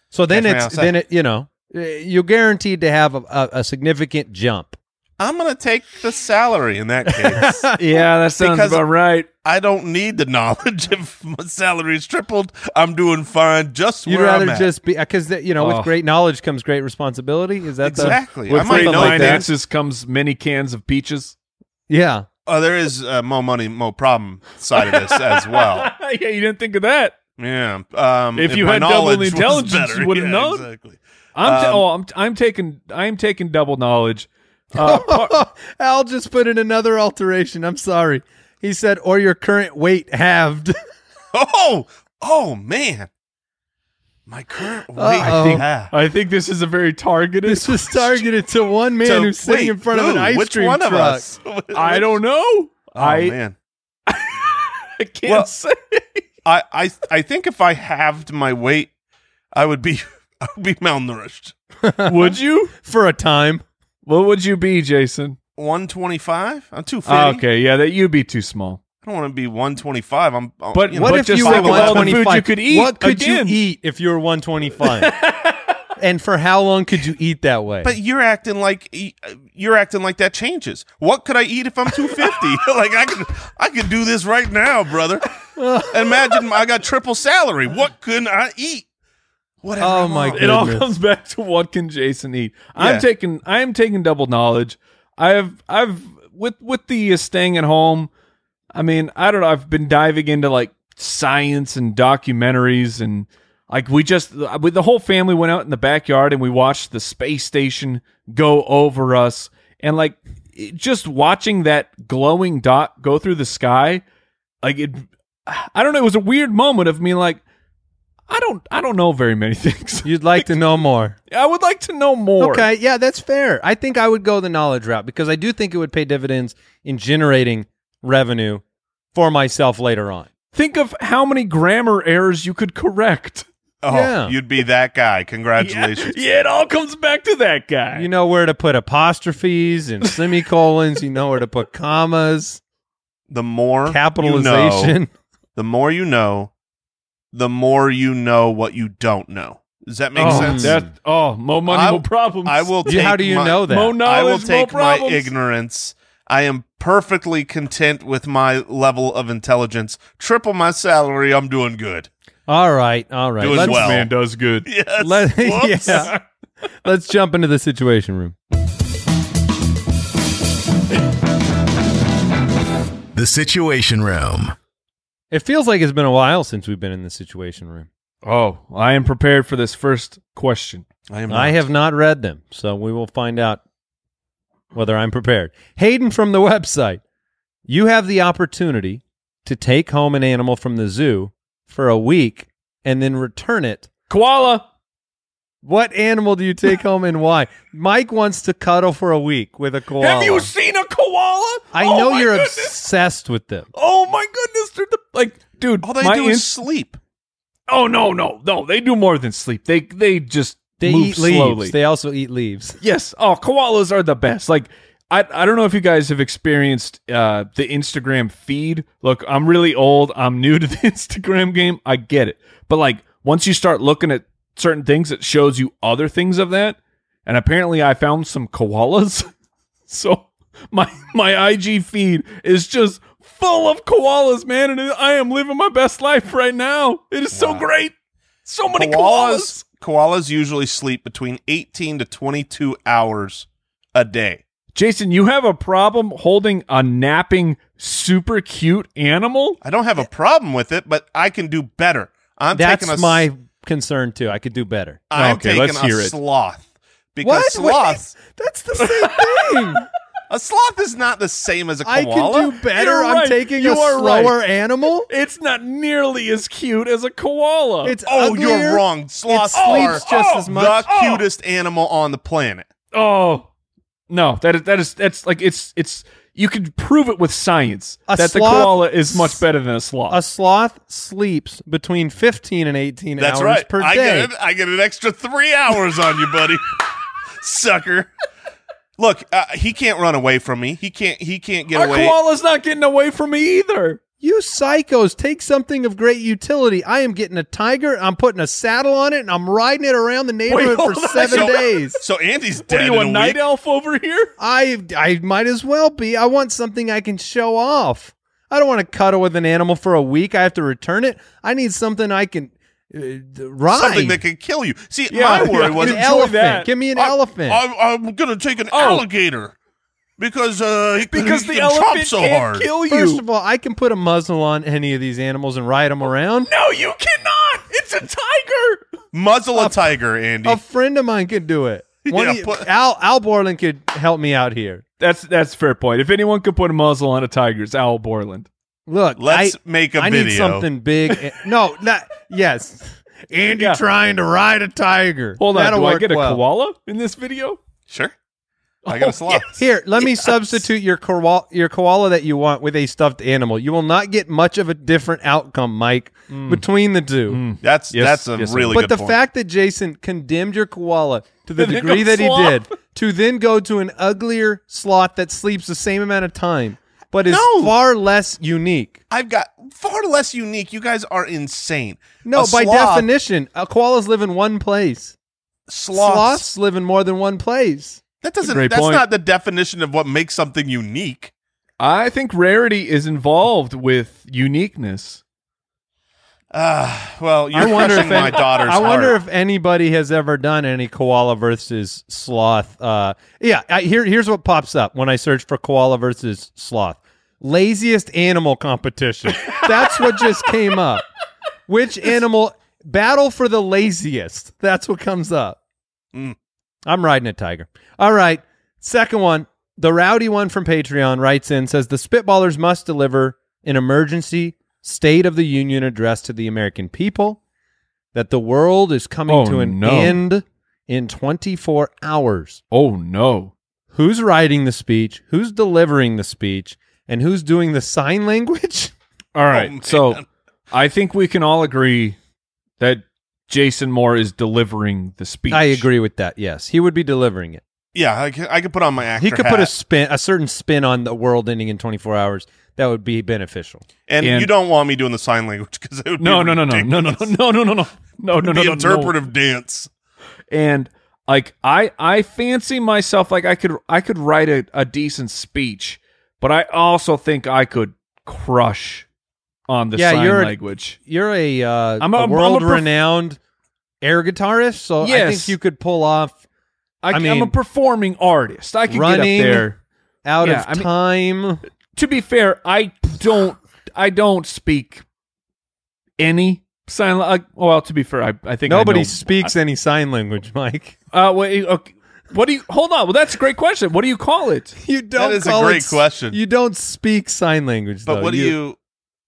S5: So then
S4: That's what
S5: it's
S4: I'll say.
S5: then it you know eh, you're guaranteed to have a, a, a significant jump.
S4: I'm gonna take the salary in that case.
S5: [laughs]
S2: [laughs] Yeah, that sounds
S4: Because-
S2: about right.
S4: I don't need the knowledge. [laughs] If my salary's tripled, I'm doing fine. Just
S5: You'd
S4: where I'm
S5: rather
S4: at.
S5: just be because you know
S2: Oh.
S5: with great knowledge comes great responsibility. Is that
S4: exactly. I
S2: With
S4: might
S2: great
S4: know
S5: like that.
S4: things.
S2: finances comes many cans of peaches. [laughs]
S5: the [laughs] yeah?
S4: Oh, there is uh, more money, more problem side of this as well.
S2: yeah, you didn't think of that.
S4: Yeah. Um,
S2: If you
S4: my
S2: had double
S4: knowledge
S2: the
S4: was
S2: intelligence,
S4: better. [laughs]
S2: you would've
S4: Yeah,
S2: known.
S4: Exactly.
S2: I'm t-
S4: Um,
S2: oh, I'm, I'm taking I'm taking double knowledge. Uh, par-
S5: Oh, Al just put in another alteration. I'm sorry. He said, or your current weight halved. [laughs]
S4: Oh, oh man. My current weight.
S5: Uh-oh. I think-
S4: Ah.
S2: I think this is a very targeted.
S5: this was targeted to one man
S4: So,
S5: who's sitting
S4: wait,
S5: in front of an
S4: who?
S5: ice
S4: Which
S5: cream
S4: one
S5: truck.
S4: Of us? [laughs]
S2: I don't know.
S4: Oh
S2: I,
S4: man.
S2: [laughs] I can't
S4: Well-
S2: say.
S4: I, I I think if I halved my weight, I would be [laughs] I would be malnourished.
S2: would you?
S5: For a time.
S2: What would you be, Jason?
S4: One twenty five. I'm too fat.
S2: Oh, okay, yeah, that you'd be too small.
S4: I don't want to be one twenty five. I'm. I'm-
S2: But
S4: you know,
S5: What
S2: But
S5: if
S2: just
S5: you
S2: like
S5: were
S2: with all the food
S5: 125?
S2: you could eat,
S5: What could
S2: again.
S5: you eat if you were [laughs] 125? and for how long could you eat that way?
S4: But you're acting like uh, you're acting like that changes. What could I eat if I'm 250? [laughs] like I could I could do this right
S5: [laughs]
S4: now, brother. Imagine I got triple salary. What couldn't I eat? Whatever.
S5: Oh,
S4: I
S5: my
S4: want.
S2: it all
S5: Goodness.
S2: comes back to what can Jason eat. I'm
S4: Yeah.
S2: taking I am taking double knowledge. I've I've with with the uh, staying at home. I mean, I don't know. I've been diving into like science and documentaries and like we just with the whole family went out in the backyard and we watched the space station go over us and like it- just watching that glowing dot go through the sky like it I don't know it was a weird moment of me like I don't I don't know very many [laughs] things.
S5: You'd like to know more.
S2: I would like to know more.
S5: Okay, yeah, that's fair. I think I would go the knowledge route because I do think it would pay dividends in generating revenue for myself later on.
S2: Think of how many grammar errors you could correct.
S4: Oh,
S5: Yeah.
S4: you'd be that guy. Congratulations.
S2: Yeah, it all comes back to that guy.
S5: You know where to put apostrophes and semicolons. you know where to put commas,
S4: The more you know,
S5: capitalization.
S4: the more you know, the more you know what you don't know. Does that make
S2: oh,
S4: sense?
S2: That, oh, more money,
S4: I-
S2: more problems.
S4: I will.
S5: Yeah,
S4: take
S5: How do you
S4: my-
S5: know that?
S2: More
S4: I will
S2: knowledge, more
S4: take my
S2: problems.
S4: ignorance. I am perfectly content with my level of intelligence. Triple my salary, I'm doing good.
S5: [laughs]
S4: [laughs]
S5: all right, all right.
S4: Doing
S5: Let's,
S4: well.
S2: Man does good.
S4: Yes.
S5: let- [laughs]
S4: Whoops.
S5: yeah. Let's jump into the situation room.
S3: The Situation Room.
S5: It feels like it's been a while since we've been in the situation room.
S2: Oh, I am prepared for this first question.
S4: I am.
S5: I
S4: not.
S5: have not read them, so we will find out whether I'm prepared. Hayden from the website, you have the opportunity to take home an animal from the zoo for a week and then return it.
S2: Koala.
S5: What animal do you take home and why? Mike wants to cuddle for a week with a koala.
S2: Have you seen a koala?
S5: I
S2: Oh
S5: know
S2: my
S5: you're
S2: goodness.
S5: obsessed with them.
S2: Oh my goodness, they're the like, dude.
S4: All they
S2: my
S4: do
S2: in-
S4: is sleep.
S2: Oh no, no, no. They do more than sleep. They they just
S5: They
S2: move
S5: eat leaves.
S2: slowly.
S5: They also eat leaves.
S2: Yes. Oh, koalas are the best. Like I, I don't know if you guys have experienced uh, the Instagram feed. Look, I'm really old. I'm new to [laughs] the Instagram game. I get it. But like once you start looking at certain things, it shows you other things of that. And apparently, I found some koalas. [laughs] so my my IG feed is just full of koalas, man. And I am living my best life right now. It is so great. So many koalas.
S4: Koalas koalas usually sleep between 18 to 22 hours a day.
S2: Jason, you have a problem holding a napping, super cute animal?
S4: I don't have a problem with it, but I can do better. I'm
S5: That's
S4: taking a s-
S5: my concern too. I could do better.
S4: I'm
S2: Okay,
S4: taking
S2: let's
S4: a
S2: hear it.
S4: sloth because sloths
S5: That's the [laughs] same thing.
S4: a sloth is not the same as a
S5: I
S4: koala.
S5: can do better.
S2: You're
S5: I'm
S2: right.
S5: taking
S2: You
S5: a
S2: are right.
S5: slower animal.
S2: It's not nearly as cute as a koala.
S5: It's
S4: Oh,
S5: uglier.
S4: you're wrong. Sloths
S5: sleeps
S4: are
S5: just as much.
S4: the cutest animal on the planet.
S2: oh, No, that is that is that's like it's it's you could prove it with science
S5: A
S2: that
S5: sloth-
S2: the koala is much better than a sloth.
S5: A sloth sleeps between 15 and 18
S4: That's
S5: hours
S4: right.
S5: per
S4: I
S5: day.
S4: get it. I get an extra three hours on you, buddy, [laughs] sucker. Look, uh, he can't run away from me. He can't. He can't get
S2: Our
S4: away.
S2: koala's not getting away from me either.
S5: You psychos, take something of great utility. I am getting a tiger, I'm putting a saddle on it, and I'm riding it around the neighborhood for
S2: hold on.
S5: seven
S4: So-
S5: days.
S4: So Andy's
S2: What
S4: dead.
S2: are you, a,
S4: in a
S2: night
S4: week.
S2: elf over
S4: [laughs]
S2: here?
S5: I I might as well be. I want something I can show off. I don't want to cuddle with an animal for a week. I have to return it. I need something I can uh, d- ride.
S4: Something that could kill you. See,
S2: Yeah,
S4: my
S2: yeah,
S4: worry
S2: you
S4: was
S5: an
S2: enjoy
S5: elephant.
S2: that.
S5: Give me an
S4: I-
S5: elephant.
S4: I'm, I'm gonna take an alligator because uh, he can-
S2: Because
S4: he
S2: the
S4: can chomp
S2: elephant
S4: so
S2: can't
S4: hard.
S2: kill you.
S5: First of all, I can put a muzzle on any of these animals and ride
S4: Oh,
S5: them around.
S2: no, you cannot. It's a tiger.
S4: Muzzle a tiger, Andy.
S5: A friend of mine could do it. One
S4: [laughs] Yeah,
S5: of you-
S4: put-
S5: Al Al Borland could help me out here.
S2: That's that's a fair point. If anyone could put a muzzle on a tiger, it's Al Borland.
S5: Look,
S4: Let's
S5: I,
S4: make a
S5: I
S4: video.
S5: need something big.
S4: [laughs]
S5: and- no, not yes. Andy
S2: Yeah.
S5: trying to ride a tiger.
S2: Hold on,
S5: That'll
S2: do I
S5: work
S2: get a
S5: well.
S2: koala in this video?
S4: Sure. I got a sloth.
S5: Here, let me substitute your koala, your koala that you want with a stuffed animal. You will not get much of a different outcome, Mike,
S2: Mm.
S5: between the two.
S4: That's
S2: Yes,
S4: that's a
S2: yes, sir.
S4: really
S5: But
S4: good
S5: the
S4: point.
S5: fact that Jason condemned your koala to [laughs] the
S2: And then
S5: degree
S2: go
S5: that he did,
S2: sloth.
S5: to then go to an uglier sloth that sleeps the same amount of time, but is
S4: No.
S5: far less unique.
S4: I've got far less unique. You guys are insane.
S5: No,
S4: A
S5: by
S4: sloth-
S5: definition, uh, koalas live in one place.
S4: sloths.
S5: Sloths live in more than one place.
S4: That doesn't.
S2: Great
S4: that's
S2: point.
S4: not the definition of what makes something unique.
S2: I think rarity is involved with uniqueness.
S4: Ah, well, you're
S5: I wonder if
S4: crushing my
S5: any-
S4: daughter's
S5: I wonder
S4: heart.
S5: if anybody has ever done any koala versus sloth. Uh, yeah, I, here, here's what pops up when I search for koala versus sloth: laziest animal competition. That's what just came up. Which animal battle for the laziest? That's what comes up.
S4: Mm.
S5: I'm riding a tiger. All right, second one. The rowdy one from Patreon writes in says the Spitballers must deliver an emergency State of the Union address to the American people that the world is coming
S2: Oh,
S5: to an
S2: no.
S5: end in 24 hours.
S2: Oh no.
S5: Who's writing the speech? Who's delivering the speech? And who's doing the sign language?
S2: All right.
S5: Oh,
S4: man.
S2: so I think we can all agree that Jason Moore is delivering the speech.
S5: I agree with that. Yes, he would be delivering it.
S4: Yeah, I can, I could put on my actor.
S5: he could put a
S4: hat.
S5: spin, a certain spin on the world ending in 24 hours. That would be beneficial.
S4: and,
S2: and-
S4: you don't want me doing the sign language because it would
S2: No,
S4: be
S2: no, no, no, no, no, no,
S4: ridiculous.
S2: no, no, no, no, no, no,
S4: It'd be
S2: no, no.
S4: interpretive dance.
S2: and like I I fancy myself like I could I could write a, a decent speech, but I also think I could crush on the
S5: Yeah,
S2: sign
S5: you're-
S2: language.
S5: You're a, uh,
S2: I'm a-
S5: a
S2: I'm a prof-
S5: world-renowned air guitarist, so I think
S2: Yes.
S5: you could pull off
S2: I,
S5: I
S2: am
S5: mean-
S2: a performing artist. I could
S5: Running-
S2: get up there.
S5: out
S2: Yeah,
S5: of
S2: I mean-
S5: time.
S2: To be fair, I don't I don't speak any sign like well, to be fair, I, I think I
S5: Nobody
S2: know-
S5: speaks any sign language, Mike.
S2: Uh, wait, okay. What do you hold on? Well, that's a great question. What do you call it?
S5: [laughs] You don't.
S4: is a
S5: call
S4: great
S5: it s-
S4: question.
S5: You don't speak sign language,
S4: But
S5: though.
S4: what do you?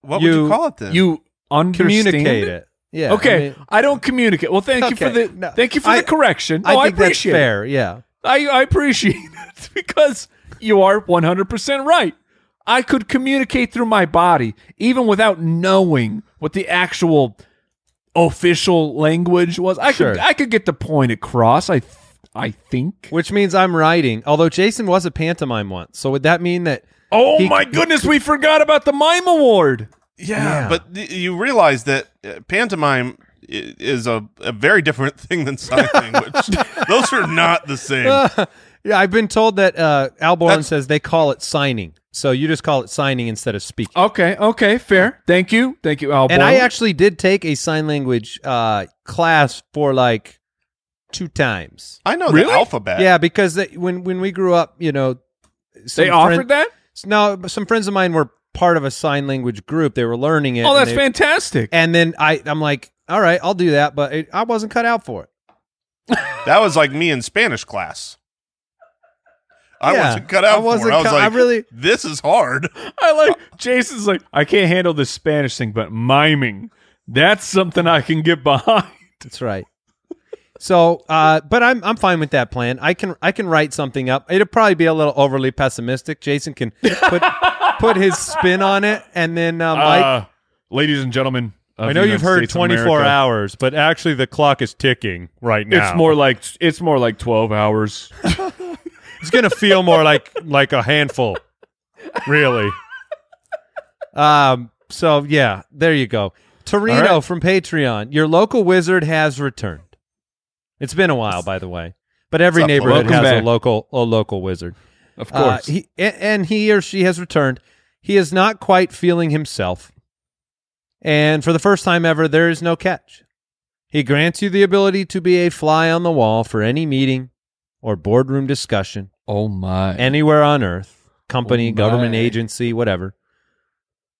S4: what would you
S5: you-
S4: call it then?
S2: You understand
S5: communicate
S2: it?
S5: it? Yeah.
S2: okay,
S5: I,
S2: I,
S5: mean,
S2: don't communicate. Well, thank you for
S5: Okay,
S2: the
S5: no,
S2: thank you for
S5: I-
S2: the correction.
S5: I
S2: No, I,
S5: think that's
S2: appreciate it.
S5: fair. Yeah.
S2: I, I appreciate [laughs] it because you are one hundred percent right. I could communicate through my body even without knowing what the actual official language was. I
S5: Sure.
S2: could I could get the point across. I th- I think.
S5: Which means I'm writing. Although Jason was a pantomime once, so would that mean that?
S2: oh
S5: he-
S2: my goodness, we forgot about the mime award.
S4: yeah, but th- you realize that uh, pantomime i- is a, a very different [laughs] thing
S2: [laughs]
S4: than sign language. Those are not the same.
S5: yeah, I've been told that uh, Al Borland
S4: That's-
S5: says they call it signing. So you just call it signing instead of speaking.
S2: Okay, okay, fair. Thank you, thank you, Al.
S5: and I
S2: Borland.
S5: actually did take a sign language uh, class for like two times.
S4: I know
S2: Really?
S4: the alphabet.
S5: Yeah, because they, when when we grew up, you know, some
S2: they
S5: friend-
S2: offered that.
S5: No, some friends of mine were part of a sign language group. They were learning it.
S2: Oh,
S5: and
S2: that's
S5: they-
S2: fantastic.
S5: And then I, I'm like, all right, I'll do that, but it, I wasn't cut out for it.
S4: That was like me in Spanish class. I
S5: Yeah,
S4: wasn't cut out
S5: I wasn't
S4: for. it. I was
S5: cut- I
S4: like,
S5: really-
S4: this is hard.
S2: I like Jason's like, I can't handle the Spanish thing, but miming. That's something I can get behind.
S5: That's right. So, uh, but I'm I'm fine with that plan. I can I can write something up. It'll probably be a little overly pessimistic. Jason can [laughs] put put his spin on it, and then uh, Mike.
S2: Uh, ladies and gentlemen, of
S5: I know
S2: the
S5: you've
S2: United
S5: heard
S2: States of
S5: 24
S2: America,
S5: hours, but actually the clock is ticking right now.
S2: It's more like it's more like twelve hours.
S5: It's gonna feel more like like a handful, really. Um. So yeah, there you go. Torino
S2: All right.
S5: from Patreon. Your local wizard has returned. It's been a while, by the way, but every
S4: What's up,
S5: neighborhood
S2: Welcome
S5: has
S2: back.
S5: a local a local wizard.
S2: [laughs] Of
S5: Uh,
S2: course.
S5: he a- and he or she has returned. He is not quite feeling himself, and for the first time ever, there is no catch. He grants you the ability to be a fly on the wall for any meeting or boardroom discussion
S2: oh my.
S5: anywhere on earth, company,
S2: Oh, my.
S5: government agency, whatever.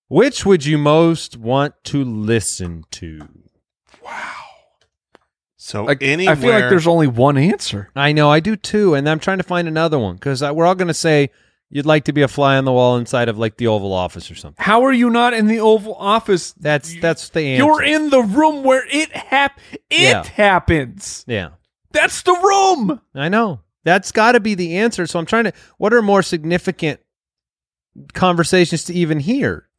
S5: Which would you most want to listen to?
S4: So
S2: like,
S4: anywhere,
S2: I feel like there's only one answer.
S5: I know I do too, and I'm trying to find another one because we're all going to say you'd like to be a fly on the wall inside of like the Oval Office or something.
S2: How are you not in the Oval Office?
S5: That's that's the answer.
S2: You're in the room where it hap- it
S5: Yeah.
S2: happens.
S5: Yeah,
S2: That's the room.
S5: I know. That's got to be the answer. So I'm trying to. What are more significant conversations to even hear?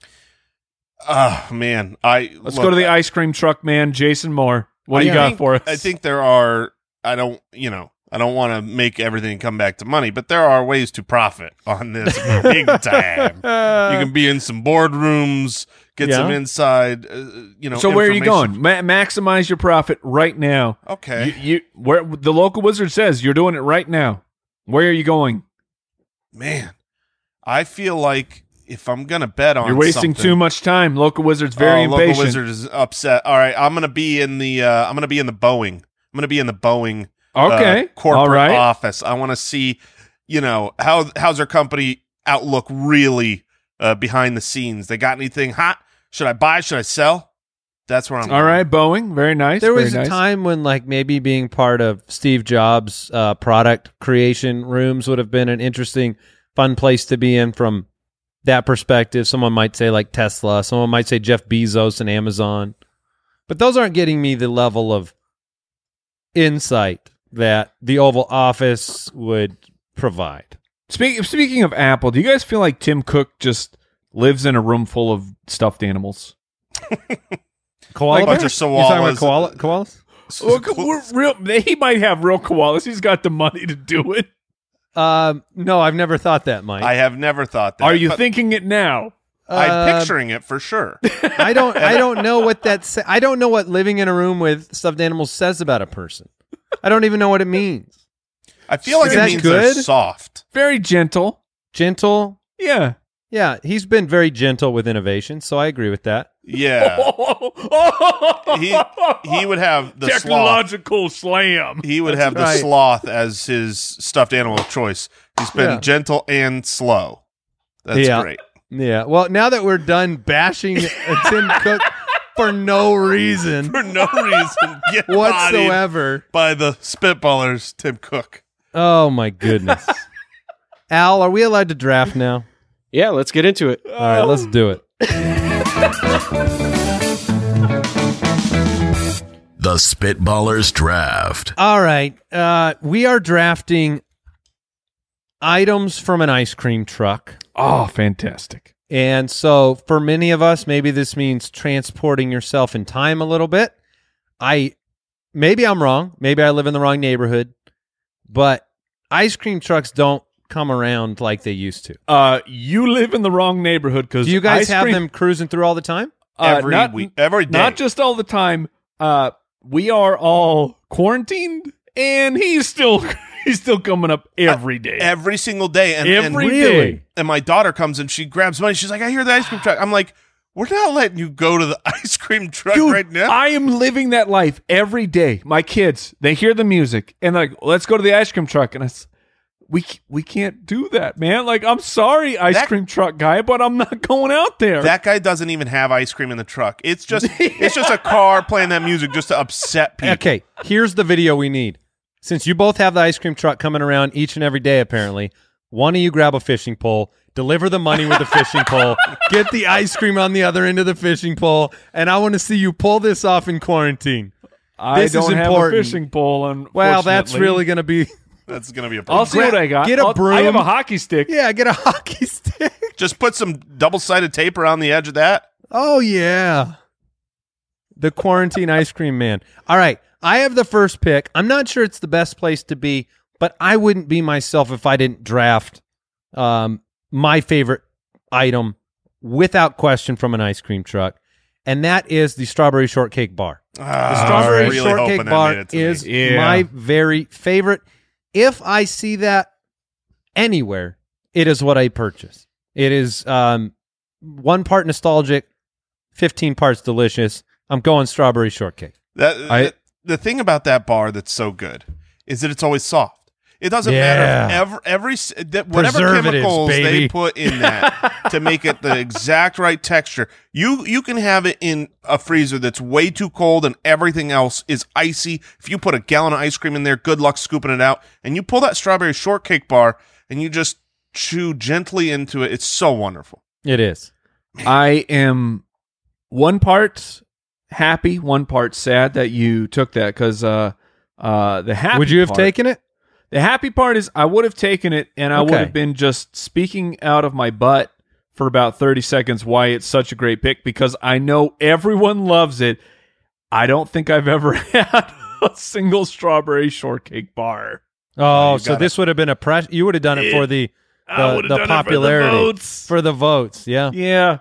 S4: oh man, I
S2: Let's
S4: look,
S2: go to the
S4: I,
S2: ice cream truck man, Jason Moore. What do
S4: I
S2: you got
S4: think-
S2: for us?
S4: I think there are. I don't. You know, I don't want to make everything come back to money, but there are ways to profit
S2: [laughs]
S4: on this big time. You can be in some boardrooms, get
S5: Yeah.
S4: some inside. Uh, you know.
S2: so where are you
S4: information.
S2: going? Ma- maximize your profit right now.
S4: Okay.
S2: You, you where the local wizard says you're doing it right now. Where are you going?
S4: man, I feel like if I'm gonna bet on,
S2: You're wasting
S4: something-
S2: too much time. Local wizard's very
S4: oh,
S2: impatient.
S4: Local wizard is upset. All right, I'm gonna be in the. Uh, I'm gonna be in the Boeing. I'm gonna be in the Boeing. uh,
S2: okay,
S4: corporate
S2: all right.
S4: office. I want to see, you know, how how's our company outlook really uh, behind the scenes? They got anything hot? Should I buy? Should I sell? That's where I'm.
S2: all right, Boeing. Very nice.
S5: There
S2: very
S5: was
S2: nice.
S5: a time when, like, maybe being part of Steve Jobs' uh, product creation rooms would have been an interesting, fun place to be in from that perspective. Someone might say, like, Tesla. Someone might say Jeff Bezos and Amazon. But those aren't getting me the level of insight that the Oval Office would provide.
S2: Speaking speaking of Apple, do you guys feel like Tim Cook just lives in a room full of stuffed animals?
S5: Koala
S4: Like a bunch
S5: bears?
S4: of
S5: You're talking about
S4: koalas.
S5: koala, koalas?
S2: [laughs] real, he might have real koalas. He's got the money to do it.
S5: Um, no, I've never thought that, Mike.
S4: I have never thought that.
S2: Are you
S4: but
S2: thinking it now?
S5: Uh,
S4: I'm picturing it for sure.
S5: I don't I don't know what that sa- I don't know what living in a room with stuffed animals says about a person. I don't even know what it means.
S4: I feel [laughs] like
S5: Is
S4: it
S5: that
S4: means
S5: good?
S4: they're soft.
S2: Very gentle.
S5: Gentle?
S2: Yeah.
S5: Yeah, he's been very gentle with innovation, so I agree with that.
S4: [laughs] Yeah,
S2: [laughs]
S4: he he would have the sloth.
S2: technological slam.
S4: He would have the
S5: right.
S4: sloth as his stuffed animal of choice. He's been
S5: Yeah.
S4: gentle and slow. That's
S5: Yeah.
S4: great.
S5: Yeah. Well, now that we're done bashing uh, Tim Cook for no reason
S4: [laughs] For no reason get bodied.
S5: whatsoever.
S4: by the spitballers, Tim Cook.
S5: Oh my goodness. Al, are we allowed to draft now?
S6: Yeah, let's get into it.
S5: All right, let's do it.
S3: The Spitballers Draft.
S5: All right. Uh, we are drafting items from an ice cream truck.
S2: Oh, fantastic.
S5: And so for many of us, maybe this means transporting yourself in time a little bit. I maybe I'm wrong. Maybe I live in the wrong neighborhood, but ice cream trucks don't come around like they used to.
S2: Uh, you live in the wrong neighborhood because
S5: Do you guys have them cruising through all the time?
S4: Every week, every day.
S2: uh, not just all the time. Uh, we are all quarantined, and he's still [laughs] he's still coming up every day.
S4: every single day. And, and-
S2: Every
S4: and,
S2: day.
S4: my daughter comes and she grabs money. She's like, I hear the ice cream truck. I'm like, we're not letting you go to the [laughs] ice cream truck
S2: Dude,
S4: right now.
S2: I am living that life every day. My kids, they hear the music and they're like, let's go to the ice cream truck. And I, s- we c- we can't do that, man. Like, I'm sorry, ice
S4: That-
S2: cream truck guy, but I'm not [laughs] going out there.
S4: that guy doesn't even have ice cream in the truck. It's
S5: [laughs]
S4: just it's just a car playing that music just to upset people.
S5: Okay, here's the video we need. Since you both have the ice cream truck coming around each and every day, apparently, one of you grab a fishing pole, deliver the money with the fishing pole, get the ice cream on the other end of the fishing pole, and I want to see you pull this off in quarantine.
S2: I
S5: This is
S2: don't have a
S5: important.
S2: fishing pole. Unfortunately.
S5: Well, that's really going to be. [laughs]
S4: That's gonna be a
S2: I'll
S4: problem.
S2: see what I got.
S5: Get a
S2: I'll- I have
S5: broom.
S2: a hockey stick.
S5: Yeah, get a [laughs] hockey stick.
S4: Just put some double sided tape around the edge of that.
S5: Oh, yeah. The quarantine ice cream man. All right. I have the first pick. I'm not sure it's the best place to be, but I wouldn't be myself if I didn't draft um, my favorite item without question from an ice cream truck, and that is the strawberry shortcake bar. The
S4: Ah,
S5: strawberry
S4: I was really
S5: shortcake
S4: hoping that made
S5: bar
S4: it to me.
S5: is
S2: Yeah.
S5: my very favorite. If I see that anywhere, it is what I purchase. It is um, one part nostalgic, fifteen parts delicious. I'm going strawberry shortcake.
S4: That
S2: I-
S4: the, the thing about that bar that's so good is that it's always soft. It doesn't
S5: Yeah.
S4: matter if ever, every s- that whatever
S5: Preservatives,
S4: chemicals they
S5: baby. [laughs]
S4: put in that to make it the exact right texture. You you can have it in a freezer that's way too cold and everything else is icy. If you put a gallon of ice cream in there, good luck scooping it out. And you pull that strawberry shortcake bar and you just chew gently into it. It's so wonderful.
S5: It is.
S2: I am one part happy, one part sad that you took that because uh, uh, the happy.
S5: Would you have
S2: part-
S5: taken it?
S2: The happy part is I would have taken it and I would
S5: Okay.
S2: have been just speaking out of my butt for about 30 seconds why it's such a great pick because I know everyone loves it. I don't think I've ever [laughs] had a single strawberry shortcake bar.
S5: Oh,
S4: you
S5: so
S4: got
S5: this would have been a press. You would have done it for the
S2: I
S5: The-
S2: would have
S5: the
S2: done it for
S5: popularity.
S2: votes.
S5: for the votes. Yeah.
S2: yeah.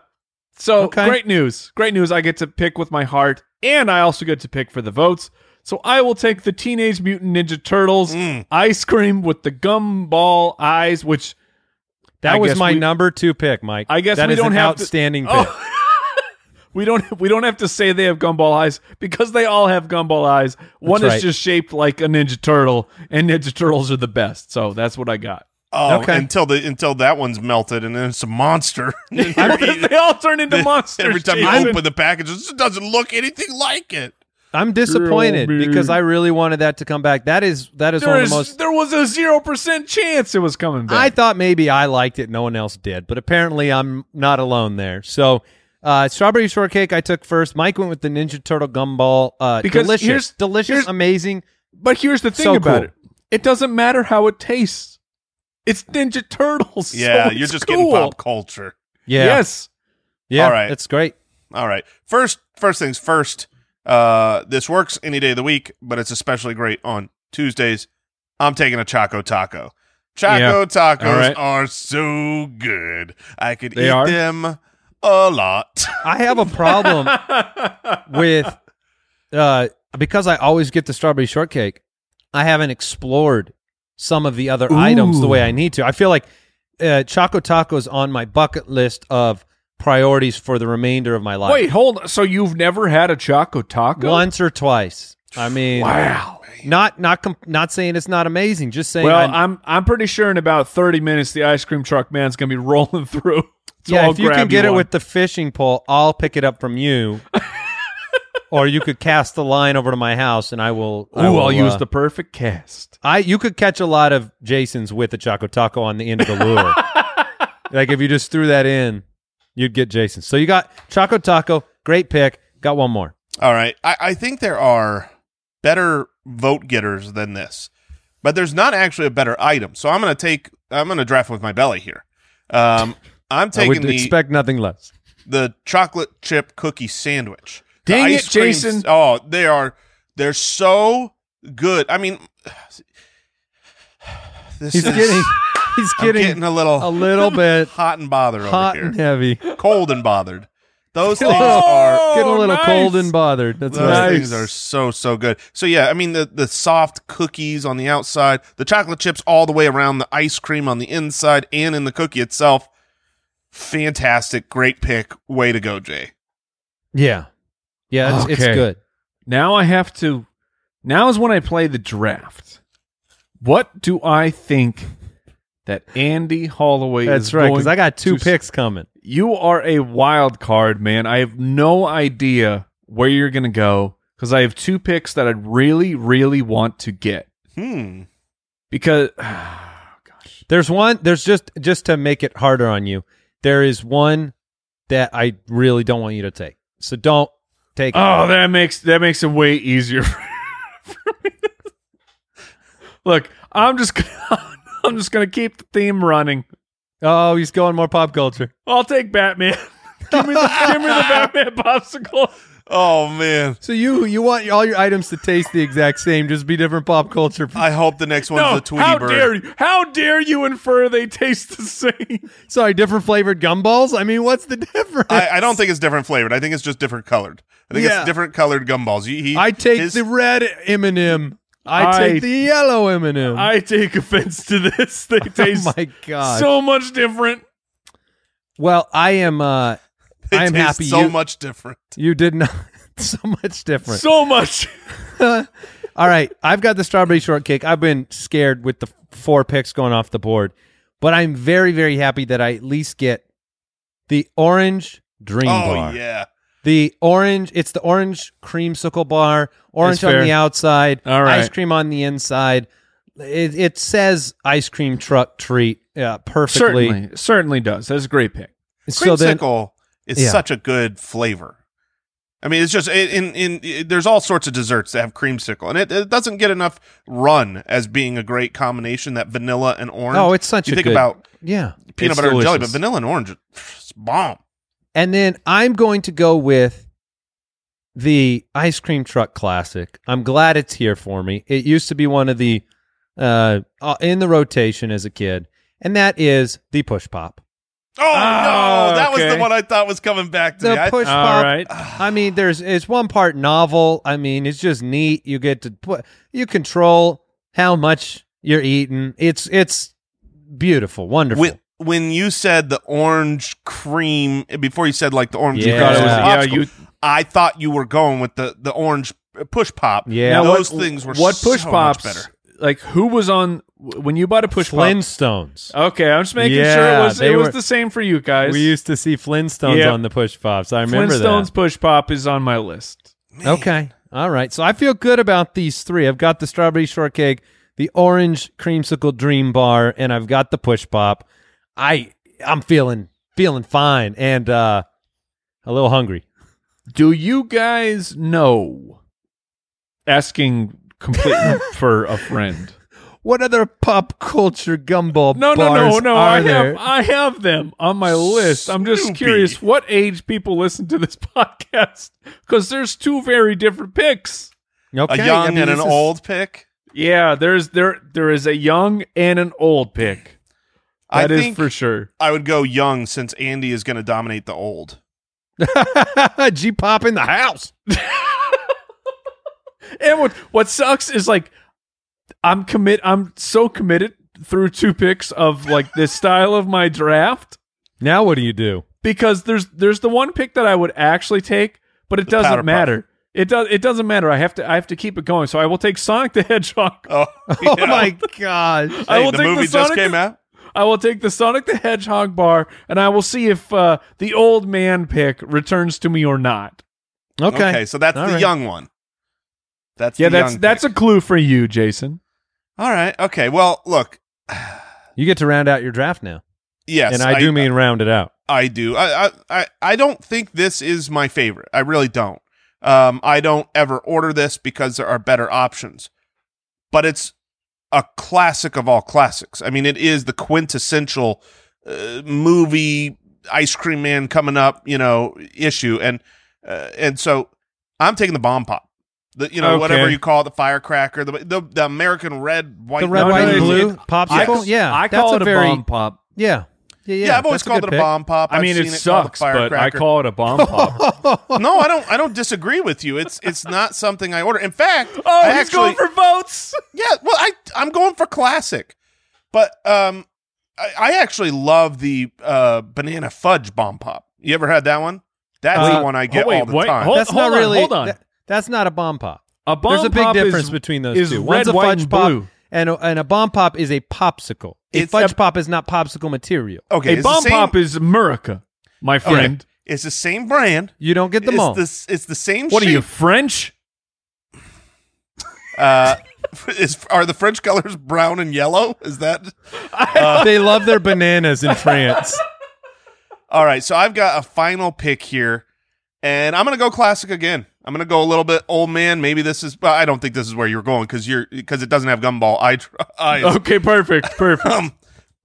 S2: So
S5: Okay.
S2: great news. Great news. I get to pick with my heart and I also get to pick for the votes. So I will take the Teenage Mutant Ninja Turtles
S4: Mm.
S2: ice cream with the gumball eyes, which
S5: That
S2: I
S5: was
S2: guess
S5: my
S2: we-
S5: number two pick, Mike.
S2: I guess
S5: That
S2: we
S5: is an
S2: don't have to-
S5: outstanding pick.
S2: Oh. [laughs] we don't we don't have to say they have gumball eyes because they all have gumball eyes. One
S5: right.
S2: is just shaped like a ninja turtle, and ninja turtles are the best. So that's what I got.
S4: Oh,
S5: Okay.
S4: until the until that one's melted and then it's
S5: [laughs]
S4: a monster. [laughs]
S2: [laughs] they all turn into monsters
S4: Every time you
S2: Jason.
S4: open the package, it just doesn't look anything like it.
S5: I'm disappointed
S2: Girl,
S5: because
S2: man.
S5: I really wanted that to come back. That is that is one
S2: there
S5: of
S2: is
S5: the most.
S2: there was a zero percent chance it was coming
S5: I
S2: back.
S5: thought maybe I liked it, no one else did, but apparently I'm not alone there. So, uh, strawberry shortcake I took first. Mike went with the Ninja Turtle gumball. Uh,
S2: Because
S5: delicious,
S2: here's-
S5: delicious,
S2: here's-
S5: amazing.
S2: but here's the thing
S5: So
S2: about
S5: cool.
S2: it: it doesn't matter how it tastes. It's Ninja Turtles. [laughs]
S4: Yeah,
S2: so
S4: you're
S2: it's
S4: just
S2: cool.
S4: getting pop culture.
S5: Yeah,
S2: Yes,
S5: yeah,
S4: All right.
S5: it's great.
S4: All right. First first things first, uh this works any day of the week, but it's especially great on Tuesdays. I'm taking a Choco Taco. Choco
S2: All
S4: tacos
S2: right.
S4: are so good. I could
S2: They
S4: eat
S2: are?
S4: them a lot. [laughs]
S5: I have a
S2: [laughs]
S5: problem with uh, because I always get the strawberry shortcake. I haven't explored some of the other items the
S2: Ooh.
S5: way I need to. I feel like uh, Choco Taco's on my bucket list of priorities for the remainder of my life.
S2: Wait, hold on. So you've never had a Choco Taco?
S5: once or twice. I mean,
S2: Wow.
S5: not not com- not saying it's not amazing. Just saying,
S2: Well,
S5: I'm-
S2: I'm I'm pretty sure in about 30 minutes the ice cream truck man's gonna be [laughs] rolling through. So
S5: yeah,
S2: I'll
S5: if you
S2: grab
S5: can get it
S2: one.
S5: with the fishing pole, I'll pick it up from
S2: [laughs]
S5: you. or you could cast the line over to my house, and I will.
S2: Ooh,
S5: I will,
S2: I'll use
S5: uh,
S2: the perfect cast.
S5: I you could catch a lot of Jasons with the Choco Taco on the end of the
S2: [laughs]
S5: lure. like if you just threw that in, you'd get Jason. So you got Choco Taco, great pick. Got one more.
S4: All right. I, I think there are better vote getters than this, but there's not actually a better item. So I'm going to take, I'm going to draft with my belly here.
S5: [laughs]
S4: Um, I'm
S5: I
S4: taking
S5: would
S4: the,
S5: expect nothing less.
S4: the chocolate chip cookie sandwich. The
S2: Dang it,
S4: ice cream-
S2: Jason.
S4: Oh, they are, they're so good. I mean, [sighs] this [laughs]
S5: He's
S4: is
S5: getting, he's
S4: I'm
S5: getting,
S4: getting a little
S5: a
S4: [laughs]
S5: little bit
S4: hot and bothered
S5: hot
S4: over
S5: and Oh, heavy.
S4: here, cold and bothered.
S5: [laughs]
S4: Those
S5: Get a
S4: things
S5: little-
S4: are
S5: Get a little
S2: nice.
S5: cold and bothered. That's
S4: Those
S5: right.
S4: things are so so good. So yeah, I mean the the soft cookies on the outside, the chocolate chips all the way around, the ice cream on the inside, and in the cookie itself. Fantastic, great pick. Way to go, Jay.
S5: Yeah, yeah, it's, it's
S2: Okay.
S5: good.
S2: Now I have to. Now is when I play the draft. What do I think that Andy Holloway
S5: That's
S2: is
S5: right.
S2: going
S5: Because I got two
S2: to-
S5: picks coming.
S2: You are a wild card, man. I have no idea where you're going to go because I have two picks that I really, really want to get.
S4: Hmm.
S2: Because, [sighs] oh,
S5: There's one. There's just just to make it harder on you. There is one that I really don't want you to take. So don't take. it.
S2: oh, that makes that makes it way easier. [laughs] for me. to- [laughs] Look, I'm just gonna, [laughs] I'm just gonna keep the theme running.
S5: Oh, he's going more pop culture.
S2: I'll take Batman. [laughs] give me the give me the Batman popsicle.
S4: Oh man.
S5: So you you want all your items to taste the exact same, just be different pop culture.
S4: I hope the next one's
S2: No,
S4: the Tweety
S2: how
S4: Bird.
S2: dare you? How dare you infer they taste the same?
S5: Sorry, different flavored gumballs. I mean, what's the difference?
S4: I, I don't think it's different flavored. I think it's just different colored. I think
S5: Yeah.
S4: it's different colored gumballs. He, he,
S5: I take
S4: his-
S5: the red M and m I
S2: I-
S5: take the yellow M and m
S2: I take offense to this.
S4: [laughs]
S2: They taste
S5: Oh my god!
S2: so much different.
S5: well, I am. uh
S4: [laughs] they
S5: I am
S4: taste
S5: happy
S4: So
S5: you-
S4: much different.
S5: You did not [laughs] so much different.
S2: So much.
S5: All right, I've got the strawberry shortcake. I've been scared with the four picks going off the board, but I'm very, very happy that I at least get the orange dream
S4: Oh
S5: bar.
S4: yeah.
S5: The orange, it's the orange creamsicle bar, orange
S2: It's
S5: on
S2: fair.
S5: the outside,
S2: All right.
S5: ice cream on the inside. It, it says ice cream truck treat uh, perfectly.
S2: Certainly, certainly does. That's a great pick.
S5: So then,
S4: Creamsicle is
S5: Yeah.
S4: such a good flavor. I mean, it's just in, in in there's all sorts of desserts that have creamsicle, and it, it doesn't get enough run as being a great combination. That vanilla and orange.
S5: oh, it's such
S4: you
S5: a
S4: think
S5: good.
S4: about
S5: yeah.
S4: peanut
S2: It's
S4: butter and jelly, but
S2: delicious.
S4: vanilla and orange, it's bomb.
S5: And then I'm going to go with the ice cream truck classic. I'm glad it's here for me. It used to be one of the uh uh, in the rotation as a kid, and that is the push pop.
S4: Oh
S2: Ah,
S4: no, that was
S2: okay.
S4: the one I thought was coming back to
S5: The
S4: me. I-
S5: push
S2: All
S5: pop.
S2: right.
S5: I mean, there's it's one part novel. I mean, it's just neat. You get to put you control how much you're eating. It's it's beautiful, wonderful.
S4: when, when you said the orange cream before you said like the orange
S5: You
S4: cream
S5: thought it
S4: is
S5: was-
S4: a
S2: yeah,
S4: popsicle,
S2: you-
S4: I thought you were going with the the orange push pop.
S5: Yeah. Now
S4: those things were
S2: what
S4: so
S2: push
S4: much
S2: pops?
S4: better.
S2: Like who was on when you bought a push pop? Uh,
S5: Flintstones.
S2: Okay, I'm just making sure it
S5: Yeah,
S2: was
S5: they
S2: it was
S5: were-
S2: the same for you guys.
S5: We used to see Flintstones
S2: Yeah.
S5: on the push pops. I remember that.
S2: Flintstones push pop is on my list.
S5: Okay. All right. So I feel good about these three. I've got the strawberry shortcake, the orange creamsicle dream bar, and I've got the push pop. I I'm feeling feeling fine and uh a little hungry.
S2: Do you guys know? Asking
S5: [laughs]
S2: completely for a friend.
S5: What other pop culture gumball
S2: No, no, no,
S5: bars
S2: no.
S5: are
S2: I
S5: there?
S2: have I have them on my list. I'm just
S4: Snoopy.
S2: curious what age people listen to this [laughs] podcast because there's two very different picks.
S5: [laughs] okay,
S4: a
S5: I
S4: young
S5: mean,
S4: and an
S5: this is-
S4: old pick.
S2: Yeah, there's there there is a young and an old pick.
S4: I
S2: That is
S4: think
S2: for sure.
S4: I would go young since Andy is going to dominate the old.
S5: [laughs]
S4: [laughs]
S5: G pop in the house.
S2: And what what sucks is like I'm commit I'm so committed through two picks of like the style of my draft
S5: Now what do you [laughs] do?
S2: because there's there's the one pick that I would actually take, but it
S4: powder puff.
S2: doesn't matter. It does it doesn't matter. I have to I have to keep it going. So I will take Sonic the Hedgehog.
S4: Oh,
S5: [laughs] Oh my gosh.
S2: I
S4: [laughs] Hey,
S2: will
S4: the
S2: take
S4: movie
S2: the
S4: just
S2: Sonic.
S4: came out.
S2: I will take the Sonic the Hedgehog bar, and I will see if uh, the old man pick returns to me or not.
S5: Okay.
S4: Okay, so that's
S5: All
S4: the
S5: right.
S4: young one. That's
S2: Yeah,
S4: the
S2: that's
S4: young
S2: that's a clue for you, Jason.
S4: a all right. Okay, well, look,
S5: You get to round out your draft now.
S4: yes,
S5: and I, do mean round it out.
S4: I do. I, I- I I don't think this is my favorite. I really don't. Um, I don't ever order this because there are better options. But it's a classic of all classics. I mean, it is the quintessential uh, movie ice cream man coming up, you know, issue, and uh, and so I'm taking the bomb pop. The, you know, whatever
S2: Okay.
S4: you call it, the firecracker, the the, the American red, white,
S5: The red,
S2: No,
S5: white,
S2: no,
S5: and
S2: it's-
S5: blue
S2: it-
S5: popsicle.
S4: I-
S5: yeah,
S2: I
S5: that's
S2: call it a,
S5: very,
S2: bomb pop.
S5: Yeah. Yeah, yeah.
S4: Yeah, I've always
S5: that's
S4: called it
S5: good
S4: a bomb pop.
S2: I
S4: I've
S2: mean, it
S4: seen called a
S2: sucks, but I
S4: firecracker.
S2: call it a bomb [laughs] pop.
S5: [laughs] pick.
S4: no, I don't. I don't disagree with you. It's it's not something I order. In fact,
S2: oh,
S4: I
S2: he's
S4: actually,
S2: going for votes.
S4: yeah. Well, I I'm going for classic, but um, I, I actually love the uh banana fudge bomb pop. You ever had that one? That's
S5: Uh,
S4: the one I get
S2: oh, wait,
S4: all the
S2: wait,
S4: time.
S2: hold-
S5: that's not
S2: on,
S5: really.
S2: hold on.
S5: that- that's not a bomb pop.
S2: A bomb
S5: There's a big
S2: pop is-
S5: difference between those
S2: is
S5: two.
S2: red,
S5: One's a
S2: white,
S5: fudge
S2: and
S5: pop,
S2: blue.
S5: and a, and a bomb pop is a popsicle. A
S4: It's
S5: fudge
S4: a-
S5: pop is not popsicle material.
S4: okay,
S2: a
S4: it's
S2: bomb
S4: the same,
S2: pop is America, my
S4: okay,
S2: friend.
S4: It's the same brand.
S5: You don't get them all.
S4: it's this. It's the same.
S2: What are you
S5: [laughs]
S4: shape.
S2: French?
S4: Uh, [laughs] is are the French colors brown and yellow? Is that
S5: they love their
S2: [laughs]
S5: bananas in France.
S4: All right, so I've got a final pick here, And I'm gonna go classic again. I'm gonna go a little bit old man. Maybe this is. I don't think this is where you're going because you're because it doesn't have gumball. I, [laughs] tr- I
S2: Okay, perfect, perfect.
S4: [laughs] um,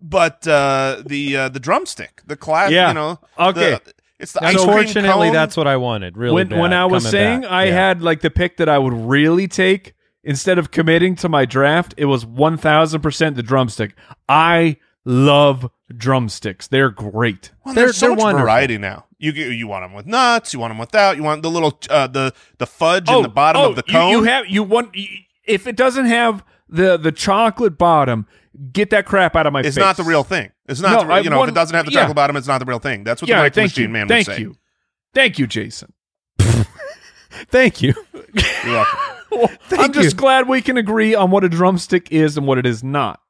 S4: but uh, the uh, the drumstick, the class,
S2: Yeah.
S4: you know,
S2: Okay.
S4: the- it's the ice cream
S5: Unfortunately,
S4: cone.
S5: that's what I wanted. Really,
S2: when
S5: bad,
S2: when I was
S5: coming
S2: saying
S5: back.
S2: I
S5: Yeah.
S2: had like the pick that I would really take instead of committing to my draft, it was one thousand percent the drumstick. I love drumsticks; they're great.
S4: Well,
S5: They're-
S4: there's so
S5: they're
S4: much
S5: wonderful.
S4: variety now. You get- you want them with nuts, you want them without, you want the little uh, the the fudge in the bottom
S2: oh,
S4: of the
S2: you-
S4: cone.
S2: You, have you want you, if it doesn't have the the chocolate bottom, get that crap out of my face.
S4: it's not the real thing. It's not
S2: No,
S4: the, re-
S2: I
S4: you know if
S2: want-
S4: it doesn't have the
S2: yeah.
S4: chocolate bottom, it's not the real thing. That's what
S2: Yeah,
S4: the micro
S2: thank
S4: machine
S2: you,
S4: man would
S2: thank
S4: say.
S2: you, thank you,
S4: [laughs]
S2: Jason. thank you.
S4: You're welcome.
S2: I'm
S5: you.
S2: just glad we can agree on what a drumstick is and what it is not.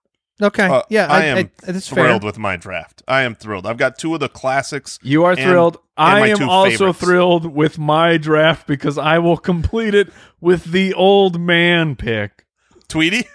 S5: okay,
S4: Uh,
S5: yeah,
S4: I, am
S5: that's fair.
S4: thrilled with my draft. I am thrilled. I've got two of the classics.
S2: You are
S4: and-
S2: thrilled.
S4: and my
S2: I am
S4: two
S2: also
S4: favorites.
S2: thrilled with my draft because I will complete it with the old man pick.
S4: Tweety. [laughs]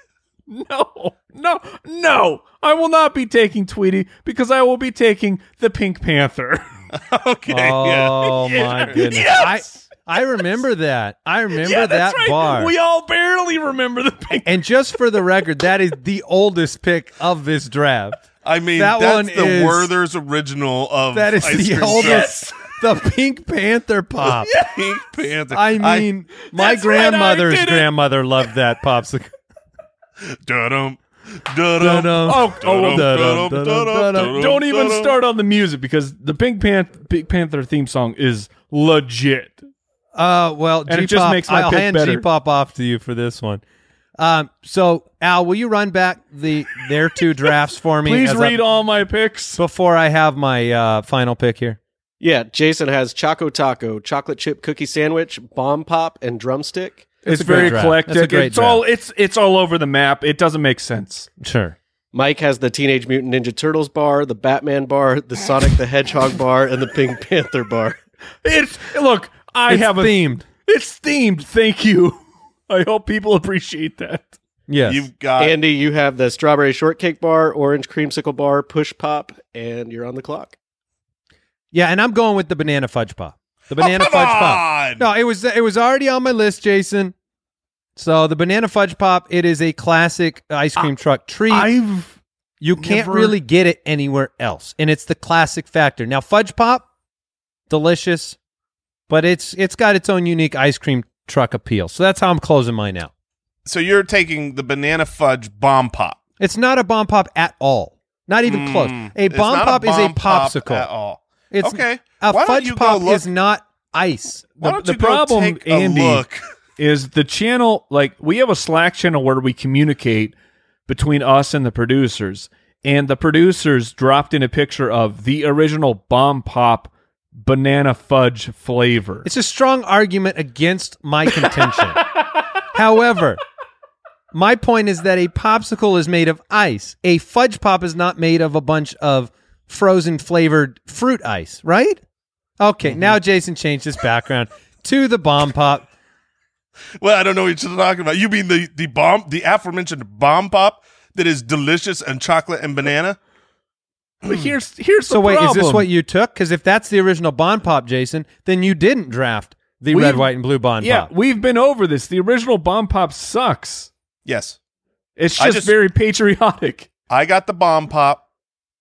S2: No, no, no. I will not be taking Tweety because I will be taking the Pink Panther. [laughs]
S4: okay. [laughs] yeah.
S5: Oh my goodness!
S2: Yes!
S5: I I remember that. I remember that
S2: right.
S5: bar.
S2: We all barely remember the Pink
S5: and just for the record, that is the oldest pick of this draft.
S4: I mean,
S5: That
S4: that's
S5: one
S4: the
S5: is-
S4: Werther's original of
S5: That is
S4: ice
S5: the
S4: cream
S5: oldest. [laughs] The Pink Panther pop.
S4: truck. Pink Panther.
S5: I mean, my
S2: That's right, I
S5: grandmother's
S2: did it.
S5: grandmother loved that
S2: [laughs]
S5: popsicle.
S4: Dum dum
S2: Oh, oh, well,
S5: Da-dum.
S2: Don't even start on the music because the Pink, Pan- Pink Panther theme song is legit.
S5: Uh, well,
S2: And
S5: G
S2: it just
S5: Pop,
S2: makes my
S5: I'll
S2: pick
S5: hand
S2: better.
S5: G Pop off to you for this one. Um, so Al, will you run back the their
S2: [laughs]
S5: two drafts for me?
S2: Please
S5: as
S2: read
S5: I,
S2: all my picks.
S5: before I have my uh, final pick here.
S6: Yeah, Jason has Choco Taco, chocolate chip cookie sandwich, bomb pop, and drumstick.
S2: It's
S5: a great
S2: very
S5: draft.
S2: eclectic.
S5: That's a great
S2: it's all it's it's all over the map. It doesn't make sense.
S5: Sure.
S6: Mike has the Teenage Mutant Ninja Turtles bar, the Batman bar, the Sonic the Hedgehog bar, and the Pink Panther bar.
S2: It's look, I
S5: It's
S2: have a
S5: themed.
S2: It's themed. Thank you. [laughs] I hope people appreciate that.
S5: Yes.
S4: You've got
S6: Andy, you have the strawberry shortcake bar, orange creamsicle bar, push pop, and you're on the clock.
S5: yeah, and I'm going with the banana fudge pop. The
S2: Oh,
S5: banana
S4: come
S5: fudge pop.
S4: on!
S5: No, it was it was already on my list, Jason. So the banana fudge pop, it is a classic ice cream truck treat.
S2: I've
S5: You can't
S2: Never-
S5: really get it anywhere else, and it's the classic factor. Now, fudge pop, delicious, but it's it's got its own unique ice cream truck appeal. So that's how I'm closing mine out.
S4: So you're taking the banana fudge bomb pop.
S5: It's not a bomb pop at all, not even close.
S4: Mm,
S5: A
S4: it's
S5: bomb
S4: not
S5: pop
S4: bomb
S5: is a
S4: pop
S5: popsicle.
S4: at all.
S5: It's
S4: okay.
S5: a
S4: Why don't
S5: fudge
S4: you go
S5: pop
S4: look-
S5: is not ice.
S4: Why
S2: the-
S4: don't
S2: the
S4: you go
S2: problem,
S4: take a
S2: Andy-
S4: look?
S2: is the channel like we have a Slack channel where we communicate between us and the producers, and the producers dropped in a picture of the original bomb pop banana fudge flavor.
S5: It's a strong argument against my [laughs] contention. However, my point is that a popsicle is made of ice. A fudge pop is not made of a bunch of frozen flavored fruit ice, right? Okay, now Jason changed his background to the bomb pop.
S4: Well, I don't know what you're talking about. You mean the the bomb, the aforementioned bomb pop that is delicious and chocolate and banana?
S2: but here's here's
S5: So
S2: the
S5: wait, is this
S2: problem.
S5: what you took? Because if that's the original bomb pop, Jason, then you didn't draft the
S2: We've-
S5: red, white, and blue bomb
S2: Yeah,
S5: pop.
S2: we've been over this. The original bomb pop sucks.
S4: Yes,
S2: It's
S4: I
S2: just,
S4: just-
S2: very patriotic.
S4: I got the bomb pop,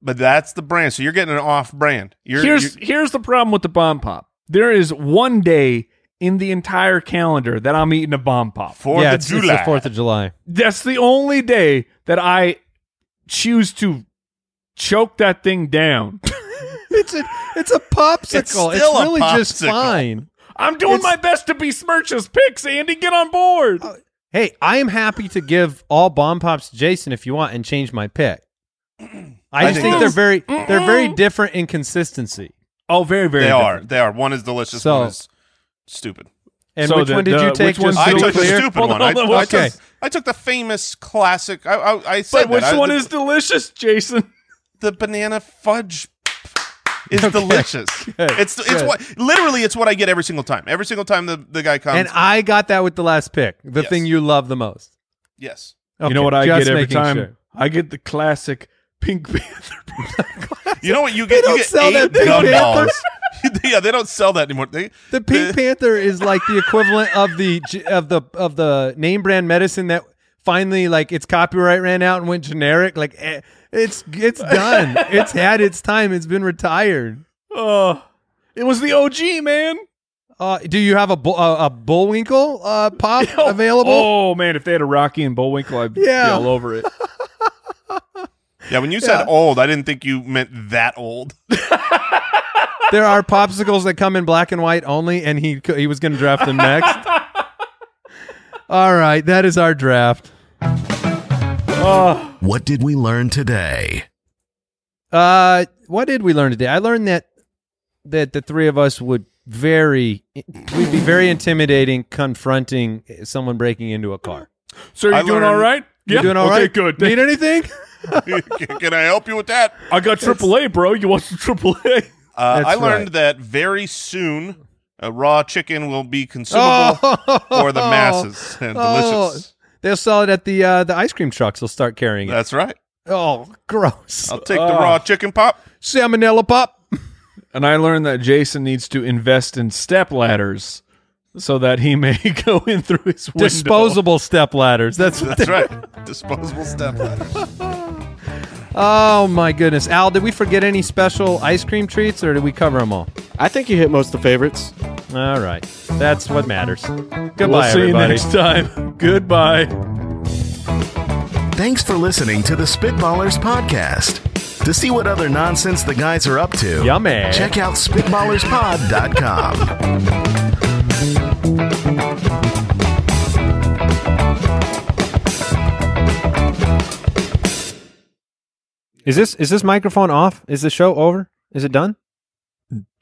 S4: but that's the brand. So you're getting an off brand. You're,
S2: here's
S4: you're-
S2: here's the problem with the bomb pop. There is one day in the entire calendar that I'm eating a bomb pop.
S4: Fourth
S5: yeah,
S4: of
S5: it's, it's
S4: July.
S5: the Fourth of July.
S2: That's the only day that I choose to choke that thing down.
S5: [laughs]
S2: [laughs]
S5: It's a it's a popsicle. It's,
S4: still a
S5: really just
S4: popsicle.
S5: fine.
S2: I'm doing
S5: It's- Uh,
S2: my best to besmirch his picks, Andy. Get on board.
S5: Hey, I am happy to give all bomb pops to Jason if you want and change my
S4: [clears throat]
S5: pick. I,
S4: I
S5: just think
S4: think
S5: they're
S4: that's-
S5: very they're very different in consistency.
S2: oh, very very.
S4: they are.
S2: different.
S4: They are. One is delicious.
S5: So-
S4: one is stupid.
S5: And
S2: So
S5: which
S2: the-
S5: one did
S2: the-
S5: you take?
S2: which one's
S5: Just
S4: I
S5: to be
S4: took the
S5: clear?
S4: stupid
S2: Hold
S4: one.
S2: on,
S4: I,
S2: what's
S4: I took-
S5: this?
S4: I took the famous classic. I, I, I said
S2: But which
S4: that. I-
S2: one
S4: the,
S2: is delicious, Jason?
S4: the banana fudge? Is
S2: [laughs]
S4: delicious. It's it's
S5: good.
S4: what literally it's what I get every single time. Every single time the, the guy comes.
S5: And I got that with the last pick, the
S4: Yes.
S5: thing you love the most.
S4: yes.
S2: [laughs] you know what I
S5: Okay,
S2: get
S5: just
S2: every
S5: making
S2: time?
S5: sure.
S2: I get the classic Pink Panther. [laughs]
S4: You know what you get?
S5: don't
S4: you get
S5: sell that
S4: eight
S5: Pink
S4: gun
S5: Panther.
S4: balls. [laughs] yeah, they don't sell that anymore. They,
S5: The
S4: [laughs]
S5: Pink Panther is like the equivalent of the g- of the of the name brand medicine that finally like its copyright ran out and went generic. Like eh, it's it's
S4: [laughs]
S5: done. it's had its time. It's been retired.
S2: Oh, it was the OG man.
S5: Uh, do you have a bu- uh, a, a Bullwinkle uh, pop available?
S2: [laughs] Oh man, if they had a Rocky and Bullwinkle, I'd be
S5: Yeah.
S2: all over [laughs] it.
S4: yeah, when you said old, I didn't think you meant that old. [laughs]
S5: There are popsicles that come in black and white only, and he co- he was going to draft them next.
S2: [laughs]
S5: All right, that is our draft.
S3: What did we learn today?
S5: Uh, what did we learn today? I learned that that the three of us would very we'd be very intimidating confronting someone breaking into a car.
S2: So are you
S4: I
S2: doing
S4: learned-
S2: all right?
S5: You doing all
S2: okay,
S5: right?
S2: Good.
S5: Need
S2: [laughs]
S5: anything?
S4: Can can I help you with that?
S2: I got AAA, bro. You want some AAA?
S4: Uh,
S5: That's
S4: I learned
S5: right.
S4: that very soon, a raw chicken will be consumable
S5: Oh,
S4: for the masses and
S5: Oh.
S4: delicious.
S5: [laughs] They'll sell it at the uh, the ice cream trucks. They'll start carrying
S2: Uh,
S5: it.
S4: That's right.
S5: oh, gross!
S4: I'll take the raw chicken pop.
S5: Salmonella pop.
S2: And I learned that Jason needs to invest in step ladders so that he may [laughs] go in through his window.
S5: Disposable step ladders. That's what
S4: That's right. Disposable step ladders.
S5: Oh my goodness, Al! Did we forget any special ice cream treats, or did we cover them all?
S6: I think you hit most of the favorites.
S5: All right, that's what matters. Goodbye,
S2: We'll see you
S5: everybody.
S2: next time. [laughs] Goodbye.
S3: Thanks for listening to the Spitballers Podcast. To see what other nonsense the guys are up to,
S5: Yummy.
S3: check out SpitballersPod.com.
S1: Is this is this microphone off? Is the show over? Is it done?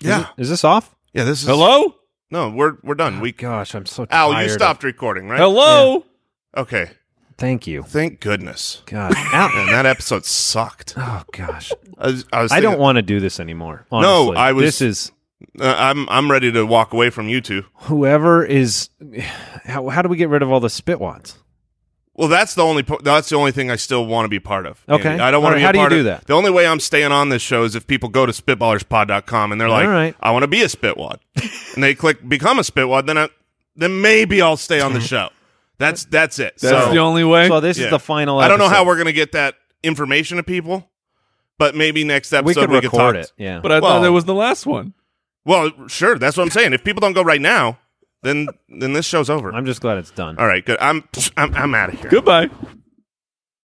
S4: Yeah.
S1: Is this off?
S4: Yeah, this is
S2: Hello?
S4: No, we're we're done. We
S1: Gosh, I'm so tired.
S4: Al, you
S1: of-
S4: stopped recording, right?
S2: Hello?
S4: Okay.
S1: Thank you.
S4: Thank goodness.
S1: God, [laughs] Al.
S4: And that episode sucked.
S1: Oh gosh,
S4: I, was, I, was
S1: I
S4: thinking-
S1: don't want to do this anymore.
S4: No,
S1: honestly.
S4: I was-
S1: This is
S4: Uh, I'm I'm ready to walk away from you two.
S1: whoever is. [sighs] How, how do we get rid of all the spitwads?
S4: Well, that's the only po- that's the only thing I still want to be part of. Andy.
S1: Okay.
S4: I don't want
S1: All right,
S4: to be.
S1: how
S4: a
S1: do you
S4: part
S1: do
S4: of,
S1: that?
S4: The only way I'm staying on this show is if people go to spitballerspod.com and they're like,
S1: All right.
S4: "I want to be a
S1: [laughs]
S4: spitwad," and they click "Become a spitwad," then I, then maybe I'll stay on the show. That's that's it.
S2: That's
S4: so,
S2: the only way.
S1: So this
S4: yeah.
S1: is the final.
S4: I don't know how
S1: episode.
S4: we're gonna get that information to people, but maybe next episode
S1: we could
S4: we
S1: record
S4: could talk.
S1: it. Yeah.
S2: but I
S4: well-
S2: thought that was the last one.
S4: Well, sure. That's what I'm saying. If people don't go right now, then then this show's over.
S1: I'm just glad it's done.
S4: All right, good. I'm I'm, I'm out of here.
S2: Goodbye.